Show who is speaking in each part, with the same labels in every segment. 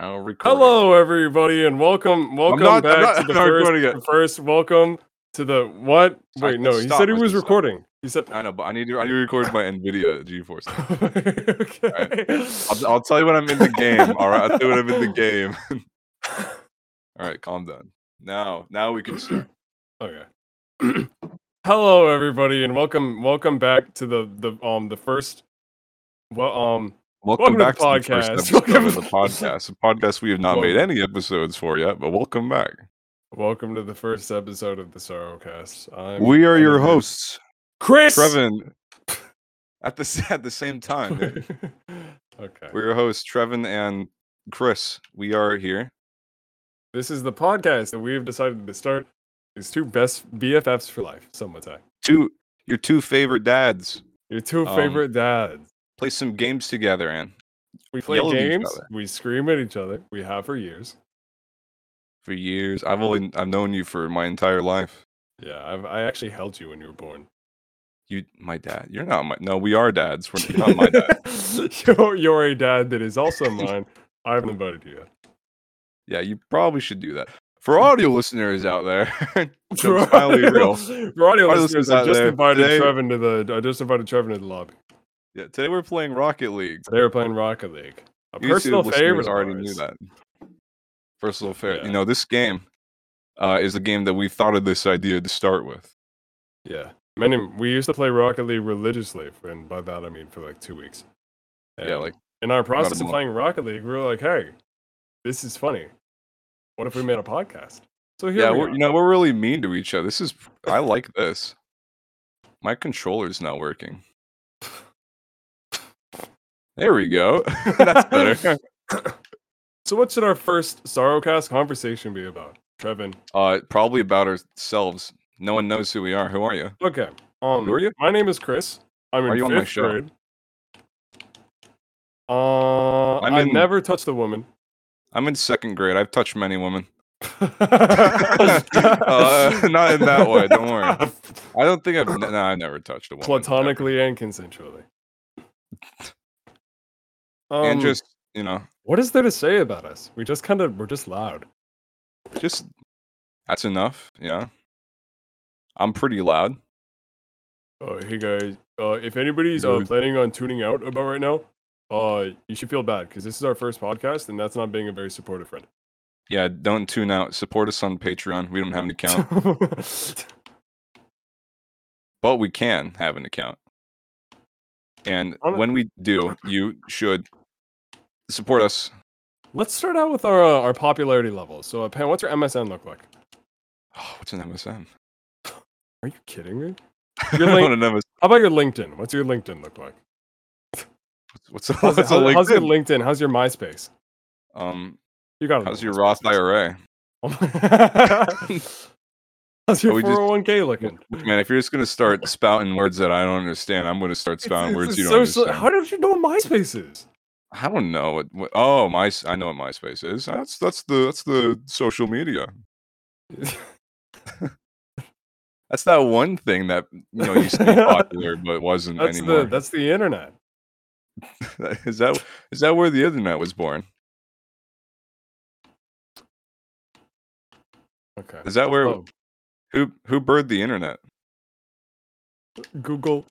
Speaker 1: Now recording.
Speaker 2: Hello, everybody, and welcome, welcome
Speaker 1: not-
Speaker 2: back
Speaker 1: I'm not-
Speaker 2: to the
Speaker 1: I'm not recording
Speaker 2: first,
Speaker 1: it.
Speaker 2: the first. Welcome to the what?
Speaker 1: Stop,
Speaker 2: Wait, no, he
Speaker 1: stop,
Speaker 2: said he
Speaker 1: I
Speaker 2: was
Speaker 1: said stop.
Speaker 2: recording. He said,
Speaker 1: I know, but I need to. I need to record my Nvidia GeForce.
Speaker 2: okay.
Speaker 1: I'll, I'll tell you when I'm in the game. All right, I'll tell you when I'm in the game. all right, calm down. Now, now we can start.
Speaker 2: okay. Hello, everybody, and welcome, welcome back to the the um the first. Well, um,
Speaker 1: Welcome,
Speaker 2: Welcome to the
Speaker 1: back to, the first
Speaker 2: podcast.
Speaker 1: episode
Speaker 2: Welcome-
Speaker 1: of the podcast. A podcast we have not made any episodes for yet, but welcome back.
Speaker 2: welcome to the first episode of the Sorrowcast. I'm
Speaker 1: We are your
Speaker 2: I'm-
Speaker 1: hosts,
Speaker 2: Chris.
Speaker 1: Trevin. At the s- at the same time, there-
Speaker 2: okay.
Speaker 1: we're your hosts, Trevin and Chris. We are here.
Speaker 2: This is the podcast that we have decided to start. These two best BFFs for life, some would say.
Speaker 1: Two, your two favorite dads.
Speaker 2: Your two
Speaker 1: Um,
Speaker 2: favorite dads.
Speaker 1: Play some games together, and
Speaker 2: We play
Speaker 1: yell at each
Speaker 2: games.
Speaker 1: other.
Speaker 2: We scream at each other. We have for years.
Speaker 1: for years. I've only I've known you for my entire life.
Speaker 2: Yeah, I've, I actually held you when you were born.
Speaker 1: You, my dad. You're not my. No, we are dads. We're you're not my dad.
Speaker 2: you're, you're a dad that is also mine. I haven't invited you yet.
Speaker 1: Yeah, you probably should do that for audio listeners out there. Joke's finally real.
Speaker 2: for
Speaker 1: Audio
Speaker 2: audio listeners,
Speaker 1: listeners
Speaker 2: I
Speaker 1: out
Speaker 2: just
Speaker 1: there,
Speaker 2: invited
Speaker 1: today-
Speaker 2: Trevin to the. I just invited Trevin to the lobby.
Speaker 1: Yeah, today we're playing Rocket League.
Speaker 2: They were playing Rocket League. A
Speaker 1: YouTube
Speaker 2: personal
Speaker 1: listeners
Speaker 2: favorite. of
Speaker 1: already knew
Speaker 2: ours.
Speaker 1: that. Personal favorite.
Speaker 2: Yeah.
Speaker 1: You know, this game uh, is the game that we thought of this idea to start with.
Speaker 2: Yeah. Many we used to play Rocket League religiously, and by that I mean for like two weeks.
Speaker 1: yeah,
Speaker 2: And
Speaker 1: like
Speaker 2: in our process of
Speaker 1: month.
Speaker 2: playing Rocket League, we were like, "Hey, this is funny. What if we made a podcast?" So here
Speaker 1: yeah,
Speaker 2: we
Speaker 1: we're,
Speaker 2: are.
Speaker 1: you know, we're really mean to each other. This is I like this. My controller's not working. There we go. That's better.
Speaker 2: so what should our first Sorrowcast conversation be about, Trevin?
Speaker 1: Uh, probably about ourselves. No one knows who we are. Who are you?
Speaker 2: Okay. Um,
Speaker 1: Who are you?
Speaker 2: My name is Chris. I'm in
Speaker 1: Are you on
Speaker 2: fifth
Speaker 1: my show?
Speaker 2: grade. Uh,
Speaker 1: I'm
Speaker 2: I
Speaker 1: in-
Speaker 2: never touched a woman.
Speaker 1: I'm in second grade. I've touched many women. Uh, not in that way, don't worry. I don't think I've. No, I never touched a woman. never.
Speaker 2: Platonically and consensually. Um,
Speaker 1: and just you know,
Speaker 2: what is there to say about us? We just kind of we're just loud.
Speaker 1: just that's enough. Yeah. I'm pretty loud.
Speaker 2: Uh, hey guys, uh, if anybody's uh,
Speaker 1: Dude.
Speaker 2: planning on tuning out about right now, uh, you should feel bad because this is our first podcast, and that's not being a very supportive friend.
Speaker 1: Yeah, don't tune out. Support us on Patreon. We don't have an account, but we can have an account. And
Speaker 2: Hon-
Speaker 1: when we do, you should support us.
Speaker 2: Let's start out with our uh, our popularity levels. So, uh, Pan, what's your MSN look like?
Speaker 1: Oh, what's an MSN?
Speaker 2: Are you kidding me?
Speaker 1: I
Speaker 2: Your
Speaker 1: don't
Speaker 2: link-
Speaker 1: wanna know what's-
Speaker 2: How about your LinkedIn? What's your LinkedIn look like?
Speaker 1: What's, a-
Speaker 2: How's,
Speaker 1: what's a
Speaker 2: how- how's your
Speaker 1: LinkedIn?
Speaker 2: LinkedIn? How's your MySpace?
Speaker 1: Um,
Speaker 2: You got
Speaker 1: how's your Roth IRA?
Speaker 2: How's your
Speaker 1: Are we just-
Speaker 2: 401k looking?
Speaker 1: Man, if you're just gonna start spouting words that I don't understand, I'm gonna start spouting
Speaker 2: It's-
Speaker 1: words
Speaker 2: it's
Speaker 1: you
Speaker 2: a
Speaker 1: don't
Speaker 2: social-
Speaker 1: understand.
Speaker 2: How did you know what MySpace is?
Speaker 1: I don't know what, what. Oh, my! s- I know what MySpace is. That's that's the that's the social media. That's that one thing that you know used to be popular but wasn't
Speaker 2: That's
Speaker 1: anymore.
Speaker 2: the that's the internet.
Speaker 1: is that is that where the internet was born?
Speaker 2: Okay.
Speaker 1: Is that where
Speaker 2: Oh,
Speaker 1: who who birthed the internet?
Speaker 2: Google.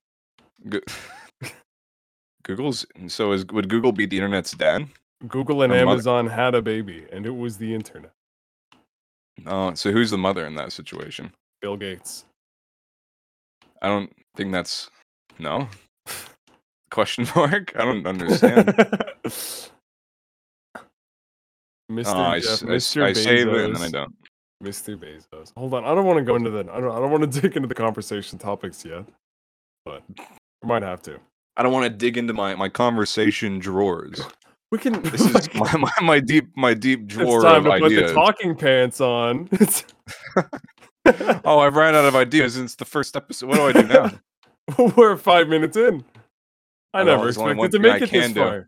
Speaker 1: Go- Google's so is would Google be the internet's dad?
Speaker 2: Google and
Speaker 1: Her mother-
Speaker 2: Amazon had a baby, and it was the internet.
Speaker 1: Oh, so who's the mother in that situation?
Speaker 2: Bill Gates.
Speaker 1: I don't think that's no question mark. I don't understand.
Speaker 2: Mr.
Speaker 1: oh, I,
Speaker 2: Jeff,
Speaker 1: s- I s-
Speaker 2: Mr.
Speaker 1: I save it and then I
Speaker 2: Bezos.
Speaker 1: don't.
Speaker 2: Mr. Bezos. Hold on, I don't want to go into that. I don't. I don't want to dig into the conversation topics yet, but we might have to.
Speaker 1: I don't want to dig into my, my conversation drawers.
Speaker 2: We can.
Speaker 1: This is my, my, my deep my deep drawer
Speaker 2: it's time
Speaker 1: of
Speaker 2: to put
Speaker 1: ideas.
Speaker 2: the talking pants on. It's-
Speaker 1: Oh, I've ran out of ideas since the first episode. What do I do now?
Speaker 2: We're five minutes in. I
Speaker 1: I know,
Speaker 2: never
Speaker 1: there's only
Speaker 2: expected
Speaker 1: one
Speaker 2: to
Speaker 1: thing I
Speaker 2: make it this
Speaker 1: can do.
Speaker 2: far.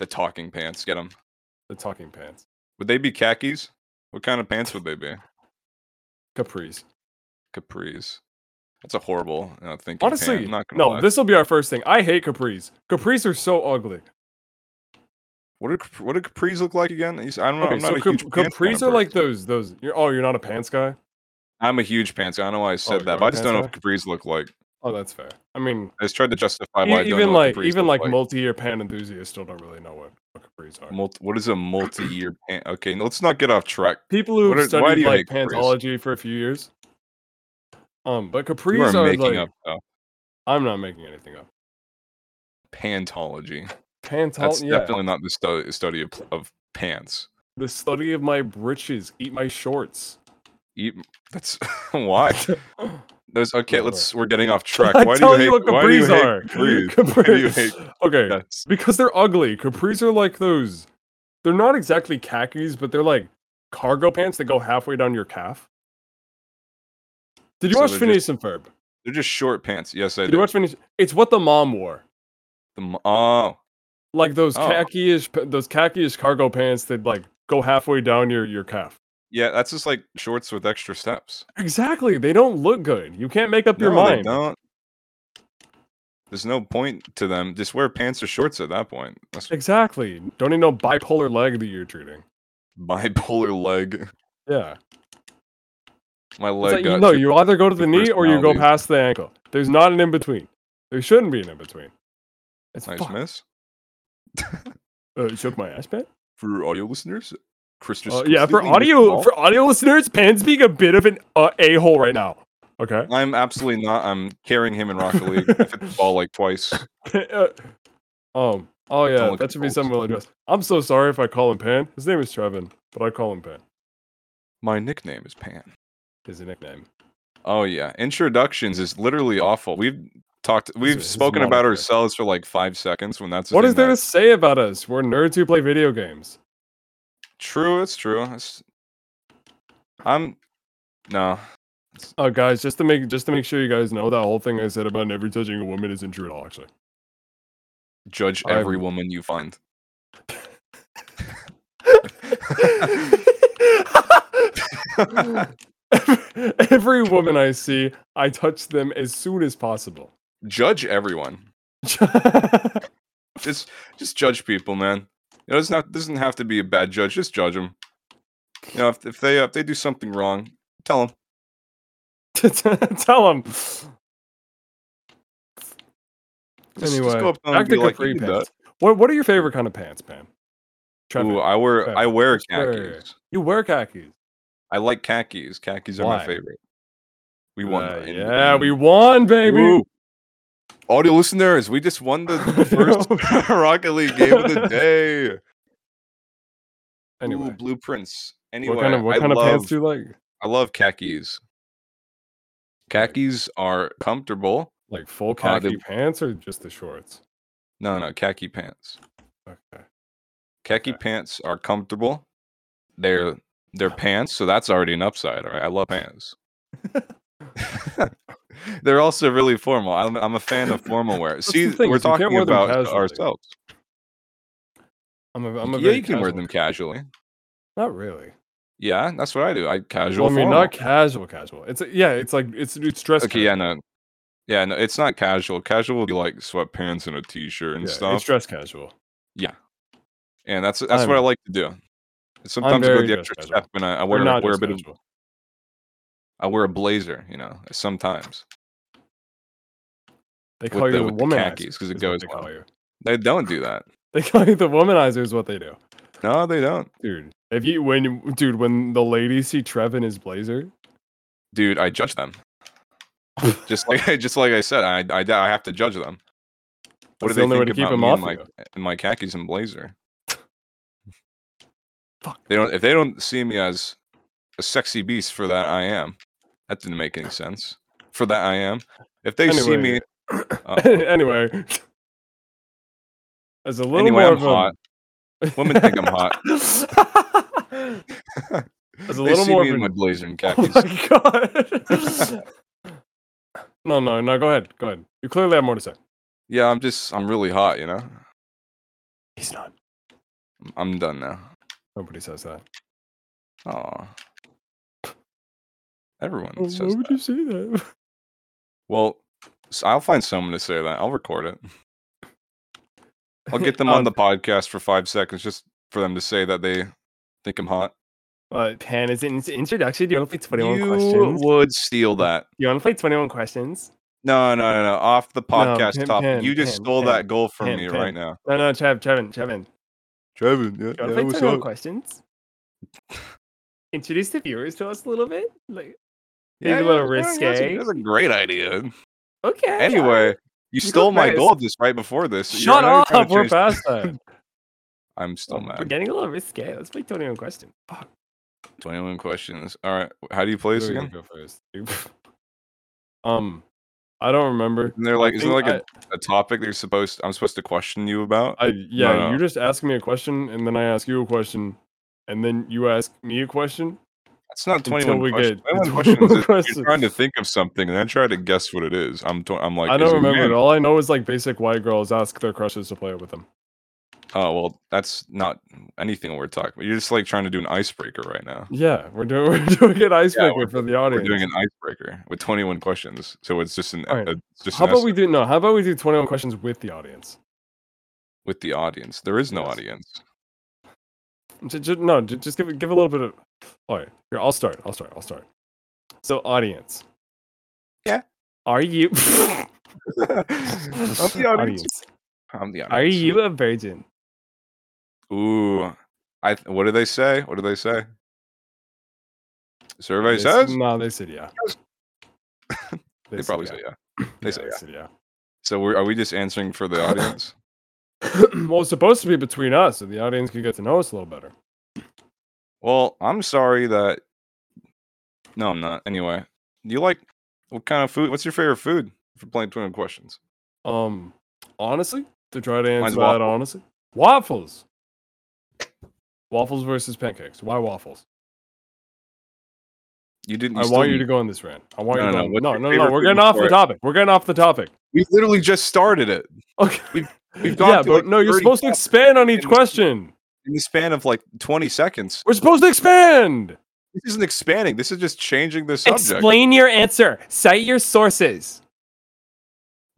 Speaker 1: the talking pants. Get them.
Speaker 2: The talking pants,
Speaker 1: Would they be khakis? What kind of pants would they be?
Speaker 2: capris.
Speaker 1: Capris. That's a horrible uh, thinking. pan,
Speaker 2: Honestly,
Speaker 1: I'm not gonna
Speaker 2: no.
Speaker 1: lie.
Speaker 2: This will be our first thing. I hate capris. Capris are so ugly.
Speaker 1: What do Cap- what do capris look like again? You s- I don't know.
Speaker 2: Okay,
Speaker 1: I'm
Speaker 2: so
Speaker 1: not a
Speaker 2: cap-
Speaker 1: huge pants kind
Speaker 2: capris
Speaker 1: of
Speaker 2: are like
Speaker 1: person.
Speaker 2: those those. You're, oh, you're not a pants guy.
Speaker 1: I'm a huge pants guy. I don't know why I said
Speaker 2: you
Speaker 1: that,
Speaker 2: are a
Speaker 1: but I just
Speaker 2: pants
Speaker 1: don't know what capris look like.
Speaker 2: Oh, that's fair. I mean,
Speaker 1: I just tried to justify
Speaker 2: e-
Speaker 1: why I don't
Speaker 2: even
Speaker 1: know what
Speaker 2: like
Speaker 1: capris
Speaker 2: even
Speaker 1: look
Speaker 2: like multi-year pan enthusiasts still don't really know what, what capris are.
Speaker 1: Multi, what is a multi-year pan? Okay, let's not get off track.
Speaker 2: People who
Speaker 1: What
Speaker 2: have
Speaker 1: are- why do
Speaker 2: studied
Speaker 1: you
Speaker 2: like
Speaker 1: hate capris?
Speaker 2: pantology for a few years. Um, but
Speaker 1: You
Speaker 2: capris
Speaker 1: are
Speaker 2: are
Speaker 1: making up
Speaker 2: like
Speaker 1: uh,
Speaker 2: I'm not making anything up.
Speaker 1: pantology. That's
Speaker 2: Pantology, yeah.
Speaker 1: definitely not the stu- study of, pl- of pants.
Speaker 2: The study of my britches, eat my shorts.
Speaker 1: Eat, that's why. There's okay.
Speaker 2: Whatever.
Speaker 1: Let's. We're getting off track. Why
Speaker 2: I
Speaker 1: do you
Speaker 2: tell
Speaker 1: hate?
Speaker 2: you what
Speaker 1: why do you
Speaker 2: capris
Speaker 1: hate
Speaker 2: are.
Speaker 1: capris? do you hate-
Speaker 2: Capris. Okay,
Speaker 1: Yes.
Speaker 2: because they're ugly. Capris are like those. They're not exactly khakis, but they're like cargo pants that go halfway down your calf. Did you
Speaker 1: So
Speaker 2: watch
Speaker 1: they're
Speaker 2: Phineas
Speaker 1: just-
Speaker 2: and Ferb?
Speaker 1: They're just short pants. Yes, I
Speaker 2: Did you
Speaker 1: do.
Speaker 2: watch Phineas? It's what the mom wore.
Speaker 1: The mo- oh,
Speaker 2: Like those
Speaker 1: Oh.
Speaker 2: khaki-ish, p- those khaki-ish cargo pants that like go halfway down your your calf.
Speaker 1: yeah. That's just like shorts with extra steps.
Speaker 2: Exactly. They don't look good. You can't make up your
Speaker 1: No, they
Speaker 2: mind.
Speaker 1: don't. There's no point to them. Just wear pants or shorts at that point. That's
Speaker 2: Exactly. Don't even know bipolar leg that you're treating.
Speaker 1: bipolar leg.
Speaker 2: Yeah.
Speaker 1: My
Speaker 2: It's
Speaker 1: leg.
Speaker 2: like, you,
Speaker 1: got
Speaker 2: no,
Speaker 1: two-
Speaker 2: you either go to the
Speaker 1: two
Speaker 2: knee or you go
Speaker 1: personalities.
Speaker 2: past the ankle. There's not an in between. There shouldn't be an in between. It's
Speaker 1: nice
Speaker 2: fuck-
Speaker 1: miss.
Speaker 2: Uh, you shook my ass, man.
Speaker 1: For audio listeners, Chris just
Speaker 2: Uh, yeah,
Speaker 1: completely
Speaker 2: for
Speaker 1: missed the
Speaker 2: audio
Speaker 1: ball.
Speaker 2: for audio listeners, Pan's being a bit of an uh, a hole right now. Okay,
Speaker 1: I'm absolutely not. I'm carrying him in Rocket League. I hit the ball like twice.
Speaker 2: Uh, um. Oh yeah,
Speaker 1: look
Speaker 2: that
Speaker 1: at
Speaker 2: should be
Speaker 1: folks.
Speaker 2: something we'll address. I'm so sorry if I call him Pan. His name is Trevin, but I call him Pan.
Speaker 1: My nickname is Pan.
Speaker 2: Is a nickname.
Speaker 1: Oh yeah, introductions is literally
Speaker 2: Oh.
Speaker 1: awful. We've talked, we've
Speaker 2: his
Speaker 1: spoken about
Speaker 2: moniker.
Speaker 1: ourselves for like five seconds. When that's the
Speaker 2: What
Speaker 1: thing
Speaker 2: is there
Speaker 1: that-
Speaker 2: to say about us? We're nerds who play video games.
Speaker 1: True, it's true. It's, I'm no.
Speaker 2: Uh, guys, just to make just to make sure you guys know that whole thing I said about never touching a woman isn't true at all. Actually.
Speaker 1: Judge
Speaker 2: I'm-
Speaker 1: every woman you find.
Speaker 2: Every woman I see, I touch them as soon as possible.
Speaker 1: Judge everyone. Just just judge people, man. You know, it's not doesn't have to be a bad judge. Just judge them. You know, if, if they uh, if they do something wrong, tell them.
Speaker 2: Tell them.
Speaker 1: Just,
Speaker 2: Anyway,
Speaker 1: just go up to 'em
Speaker 2: back
Speaker 1: and be
Speaker 2: to
Speaker 1: like,
Speaker 2: capri
Speaker 1: "You did that."
Speaker 2: pants. What What are your favorite kind of pants, man? Trevor,
Speaker 1: Ooh, I wear I
Speaker 2: Trevor,
Speaker 1: wear
Speaker 2: sure.
Speaker 1: khakis.
Speaker 2: you wear khakis.
Speaker 1: I like khakis. Khakis are
Speaker 2: Why?
Speaker 1: my favorite. We won.
Speaker 2: Uh,
Speaker 1: the- in-
Speaker 2: yeah,
Speaker 1: in-
Speaker 2: we won, baby.
Speaker 1: Woo. Audio listeners, we just won the
Speaker 2: I
Speaker 1: first Rocket League game of the day. Ooh,
Speaker 2: Anyway,
Speaker 1: blueprints. Anyway,
Speaker 2: what kind of what
Speaker 1: I
Speaker 2: kind
Speaker 1: love,
Speaker 2: of pants do you like?
Speaker 1: I love khakis. Khakis are comfortable.
Speaker 2: Like full
Speaker 1: Uh,
Speaker 2: khaki
Speaker 1: they-
Speaker 2: pants or just the shorts?
Speaker 1: No, no, khaki pants.
Speaker 2: Okay.
Speaker 1: Khaki
Speaker 2: Okay.
Speaker 1: pants are comfortable. They're they're pants, so that's already an upside. All right, I love pants. they're also really formal. I'm, I'm a fan of formal wear.
Speaker 2: That's the
Speaker 1: See,
Speaker 2: thing,
Speaker 1: we're
Speaker 2: is you can't
Speaker 1: talking
Speaker 2: wear them
Speaker 1: about
Speaker 2: casually.
Speaker 1: ourselves.
Speaker 2: I'm a, I'm a
Speaker 1: yeah,
Speaker 2: very
Speaker 1: you can wear
Speaker 2: casual-
Speaker 1: them casually.
Speaker 2: Not really.
Speaker 1: Yeah, that's what I do. I casual.
Speaker 2: Well, I mean,
Speaker 1: formal.
Speaker 2: not casual, casual. It's yeah, it's like it's it's dress.
Speaker 1: okay.
Speaker 2: code.
Speaker 1: Yeah, no, yeah, no. It's not casual. Casual would be like sweatpants and a t-shirt and
Speaker 2: Yeah,
Speaker 1: stuff,
Speaker 2: It's dress casual.
Speaker 1: and that's that's what I
Speaker 2: I'm-
Speaker 1: like to do. Sometimes I go
Speaker 2: very
Speaker 1: the
Speaker 2: dress
Speaker 1: extra
Speaker 2: casual.
Speaker 1: step and I, I
Speaker 2: Or
Speaker 1: wear I
Speaker 2: not
Speaker 1: wear a
Speaker 2: dress
Speaker 1: bit of
Speaker 2: casual.
Speaker 1: I wear a blazer. You know, sometimes
Speaker 2: They
Speaker 1: with
Speaker 2: call
Speaker 1: the-
Speaker 2: you the,
Speaker 1: with the
Speaker 2: womanizer.
Speaker 1: khakis 'cause it
Speaker 2: is what
Speaker 1: goes
Speaker 2: they
Speaker 1: well.
Speaker 2: call you.
Speaker 1: they don't do that.
Speaker 2: They call you the womanizer is what they do,
Speaker 1: No, they don't,
Speaker 2: dude. If you when you, dude when the ladies see Trev in his blazer,
Speaker 1: dude. I judge them. just like just like I said, I I, I have to judge them. What do
Speaker 2: That's the
Speaker 1: they
Speaker 2: only way
Speaker 1: think
Speaker 2: to keep
Speaker 1: about
Speaker 2: him
Speaker 1: me
Speaker 2: off
Speaker 1: in my,
Speaker 2: of
Speaker 1: in my khakis and blazer?
Speaker 2: Fuck.
Speaker 1: They don't. If they don't see me as a sexy beast for that, I am. That didn't make any sense. For that, I am. If they see
Speaker 2: Anyway.
Speaker 1: me, uh,
Speaker 2: anyway, as a little
Speaker 1: anyway,
Speaker 2: more
Speaker 1: I'm
Speaker 2: of
Speaker 1: hot.
Speaker 2: A...
Speaker 1: Women think I'm hot.
Speaker 2: As a
Speaker 1: they
Speaker 2: little
Speaker 1: see
Speaker 2: more
Speaker 1: me
Speaker 2: of
Speaker 1: in
Speaker 2: an-
Speaker 1: my blazer and
Speaker 2: oh
Speaker 1: khakis.
Speaker 2: my god. no, no, no. Go ahead. Go ahead. You clearly have more to say.
Speaker 1: yeah, I'm just. I'm really hot. You know.
Speaker 2: He's not.
Speaker 1: I'm- I'm done now.
Speaker 2: Nobody says that.
Speaker 1: Aw. Everyone
Speaker 2: Why
Speaker 1: says
Speaker 2: would
Speaker 1: that.
Speaker 2: you say that?
Speaker 1: Well, s- I'll find someone to say that. I'll record it. I'll get them on the podcast for five seconds just for them to say that they think I'm hot.
Speaker 3: Uh, Pan is in introduction. Do you want to play 21
Speaker 1: You
Speaker 3: questions?
Speaker 1: would steal that.
Speaker 3: You want to play 21 questions?
Speaker 1: No, no, no, no. Off the podcast
Speaker 3: Pin,
Speaker 1: topic.
Speaker 3: Pin,
Speaker 1: you just
Speaker 3: Pin,
Speaker 1: stole
Speaker 3: Pin,
Speaker 1: that goal from
Speaker 3: Pin,
Speaker 1: me
Speaker 3: Pin.
Speaker 1: right now.
Speaker 3: No, no, Trev, Trevin, Trevin.
Speaker 1: Trevin, yeah,
Speaker 3: Do you want to play 21 questions? Introduce the viewers to us a little bit. Like, Maybe a little
Speaker 1: That's
Speaker 3: risque.
Speaker 1: a, that's a great idea.
Speaker 3: okay. all
Speaker 1: Anyway,
Speaker 3: right.
Speaker 1: you
Speaker 3: go
Speaker 1: stole my
Speaker 3: first.
Speaker 1: goal just right before this. You're
Speaker 3: shut
Speaker 1: not even trying
Speaker 3: up.
Speaker 1: to
Speaker 3: We're
Speaker 1: change- Oh,
Speaker 3: past that.
Speaker 1: I'm still
Speaker 3: We're
Speaker 1: mad.
Speaker 3: getting a little risque. Let's play 21 questions. Fuck.
Speaker 1: 21 questions. All right. How do you play this
Speaker 2: Who are you
Speaker 1: again?
Speaker 2: gonna go first, dude? um, I don't remember.
Speaker 1: And they're like, isn't
Speaker 2: think
Speaker 1: there like a, a topic that you're supposed I'm supposed to question you about?
Speaker 2: I yeah,
Speaker 1: no.
Speaker 2: you just ask me a question and then I ask you a question, and then you ask me a question.
Speaker 1: That's not
Speaker 2: Until
Speaker 1: 21
Speaker 2: we
Speaker 1: questions.
Speaker 2: get-
Speaker 1: 21
Speaker 2: 21
Speaker 1: questions is
Speaker 2: questions.
Speaker 1: You're trying to think of something and then try to guess what it is. I'm tw- I'm like
Speaker 2: I
Speaker 1: is
Speaker 2: don't
Speaker 1: it
Speaker 2: remember
Speaker 1: man?
Speaker 2: it. All I know is like basic white girls ask their crushes to play with them.
Speaker 1: Oh well, that's not anything we're talking about. You're just like trying to do an icebreaker right now.
Speaker 2: Yeah, we're doing we're doing an icebreaker
Speaker 1: we're-
Speaker 2: for the audience.
Speaker 1: We're doing an icebreaker with 21 questions, so it's just an
Speaker 2: All right.
Speaker 1: uh, it's just
Speaker 2: how
Speaker 1: an
Speaker 2: about
Speaker 1: essay
Speaker 2: we do no? How about we do twenty one questions with the audience?
Speaker 1: with the audience. There is no
Speaker 2: Yes.
Speaker 1: audience.
Speaker 2: J- j- no, j- just give it- give a little bit of. All right, here I'll start. I'll start. I'll start. So audience.
Speaker 1: Yeah.
Speaker 3: Are you
Speaker 1: I'm the audience. I'm the audience.
Speaker 3: are you a virgin?
Speaker 1: Ooh, I. th- What do they say? What do they say? The survey
Speaker 2: They s-
Speaker 1: says
Speaker 2: no. They said yeah.
Speaker 1: they probably say yeah. They say yeah.
Speaker 2: said yeah.
Speaker 1: So we're, are we just answering for the audience?
Speaker 2: well, it's supposed to be between us, so the audience could get to know us a little better.
Speaker 1: well, I'm sorry that. No, I'm not. Anyway, do you like what kind of food? What's your favorite food? If we're playing 21 questions,
Speaker 2: Um, honestly, to try to answer
Speaker 1: Mine's
Speaker 2: that
Speaker 1: waffle.
Speaker 2: honestly, waffles. Waffles versus pancakes. Why waffles?
Speaker 1: you didn't.
Speaker 2: I
Speaker 1: still
Speaker 2: want you
Speaker 1: need-
Speaker 2: to go on this rant. I want
Speaker 1: No,
Speaker 2: you
Speaker 1: no, no,
Speaker 2: to go. on-
Speaker 1: what's
Speaker 2: No,
Speaker 1: your
Speaker 2: no, no,
Speaker 1: favorite
Speaker 2: We're
Speaker 1: food
Speaker 2: getting off
Speaker 1: for
Speaker 2: the
Speaker 1: it?
Speaker 2: topic. We're getting off the topic.
Speaker 1: We literally just started it.
Speaker 2: Okay.
Speaker 1: We've
Speaker 2: yeah,
Speaker 1: gone to
Speaker 2: but
Speaker 1: like
Speaker 2: no, you're
Speaker 1: 30
Speaker 2: supposed to
Speaker 1: topics
Speaker 2: expand on each
Speaker 1: and-
Speaker 2: question.
Speaker 1: in the span of like 20 seconds.
Speaker 2: We're supposed to expand.
Speaker 1: This isn't expanding. This is just changing the subject.
Speaker 3: Explain your answer. Cite your sources.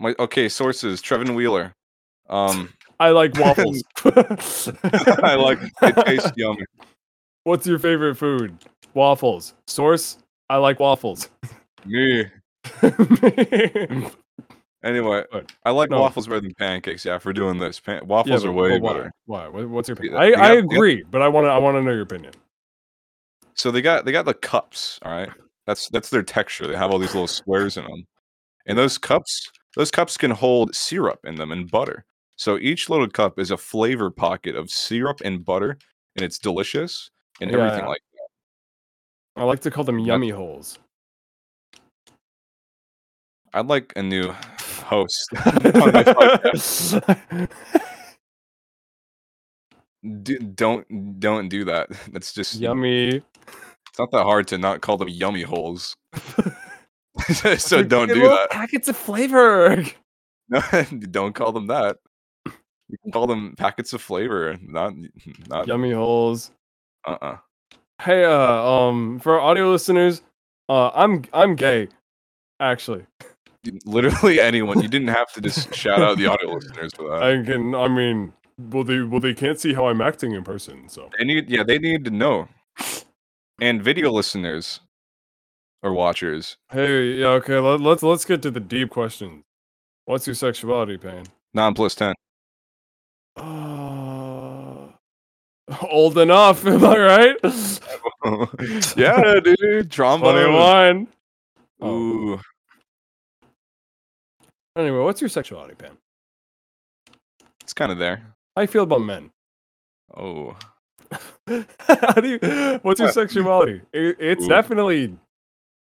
Speaker 1: My okay sources: Trevin Wheeler. Um,
Speaker 2: I like waffles.
Speaker 1: I like it tastes yummy.
Speaker 2: What's your favorite food? Waffles. Source: I like waffles.
Speaker 1: Me.
Speaker 2: yeah,
Speaker 1: Anyway,
Speaker 2: But-
Speaker 1: I like
Speaker 2: no.
Speaker 1: waffles better than pancakes. Yeah, if we're doing this, Pan- waffles
Speaker 2: but-
Speaker 1: are way
Speaker 2: but why?
Speaker 1: better.
Speaker 2: Why? What- What's your
Speaker 1: Yeah,
Speaker 2: opinion? I,
Speaker 1: yeah,
Speaker 2: I
Speaker 1: yeah.
Speaker 2: agree, but I want to I want to know your opinion.
Speaker 1: So they got they got the cups. All right, that's that's their texture. They have all these little squares in them, and those cups those cups can hold syrup in them and butter. So each little cup is a flavor pocket of syrup and butter, and it's delicious and
Speaker 2: Yeah,
Speaker 1: everything
Speaker 2: yeah.
Speaker 1: like.
Speaker 2: I like to call them yummy holes.
Speaker 1: I'd like a new host. D- don't don't do that. That's just
Speaker 2: yummy.
Speaker 1: It's not that hard to not call them yummy holes. so
Speaker 3: Dude,
Speaker 1: don't
Speaker 3: they're
Speaker 1: do
Speaker 3: little
Speaker 1: that.
Speaker 3: Packets of flavor.
Speaker 1: No, don't call them that. You can call them packets of flavor, not not
Speaker 2: Yummy holes.
Speaker 1: uh uh
Speaker 2: Hey, uh, um, for our audio listeners, uh, I'm I'm gay, actually.
Speaker 1: Literally anyone. You didn't have to just shout out the audio listeners for that.
Speaker 2: I can. I mean, well, they well they can't see how I'm acting in person, so
Speaker 1: They need yeah, they need to know. And video listeners or watchers.
Speaker 2: hey, yeah, okay. Let, let's let's get to the deep questions. What's your sexuality, pain?
Speaker 1: Non plus ten.
Speaker 2: Uh, old enough, am I right?
Speaker 1: yeah, dude. Trombone.
Speaker 2: Twenty-one. Oh.
Speaker 1: Ooh.
Speaker 2: Anyway, what's your sexuality, Pam?
Speaker 1: It's kinda there.
Speaker 2: How you feel about men?
Speaker 1: Oh.
Speaker 2: How do you? What's your sexuality? It, it's
Speaker 1: Ooh.
Speaker 2: definitely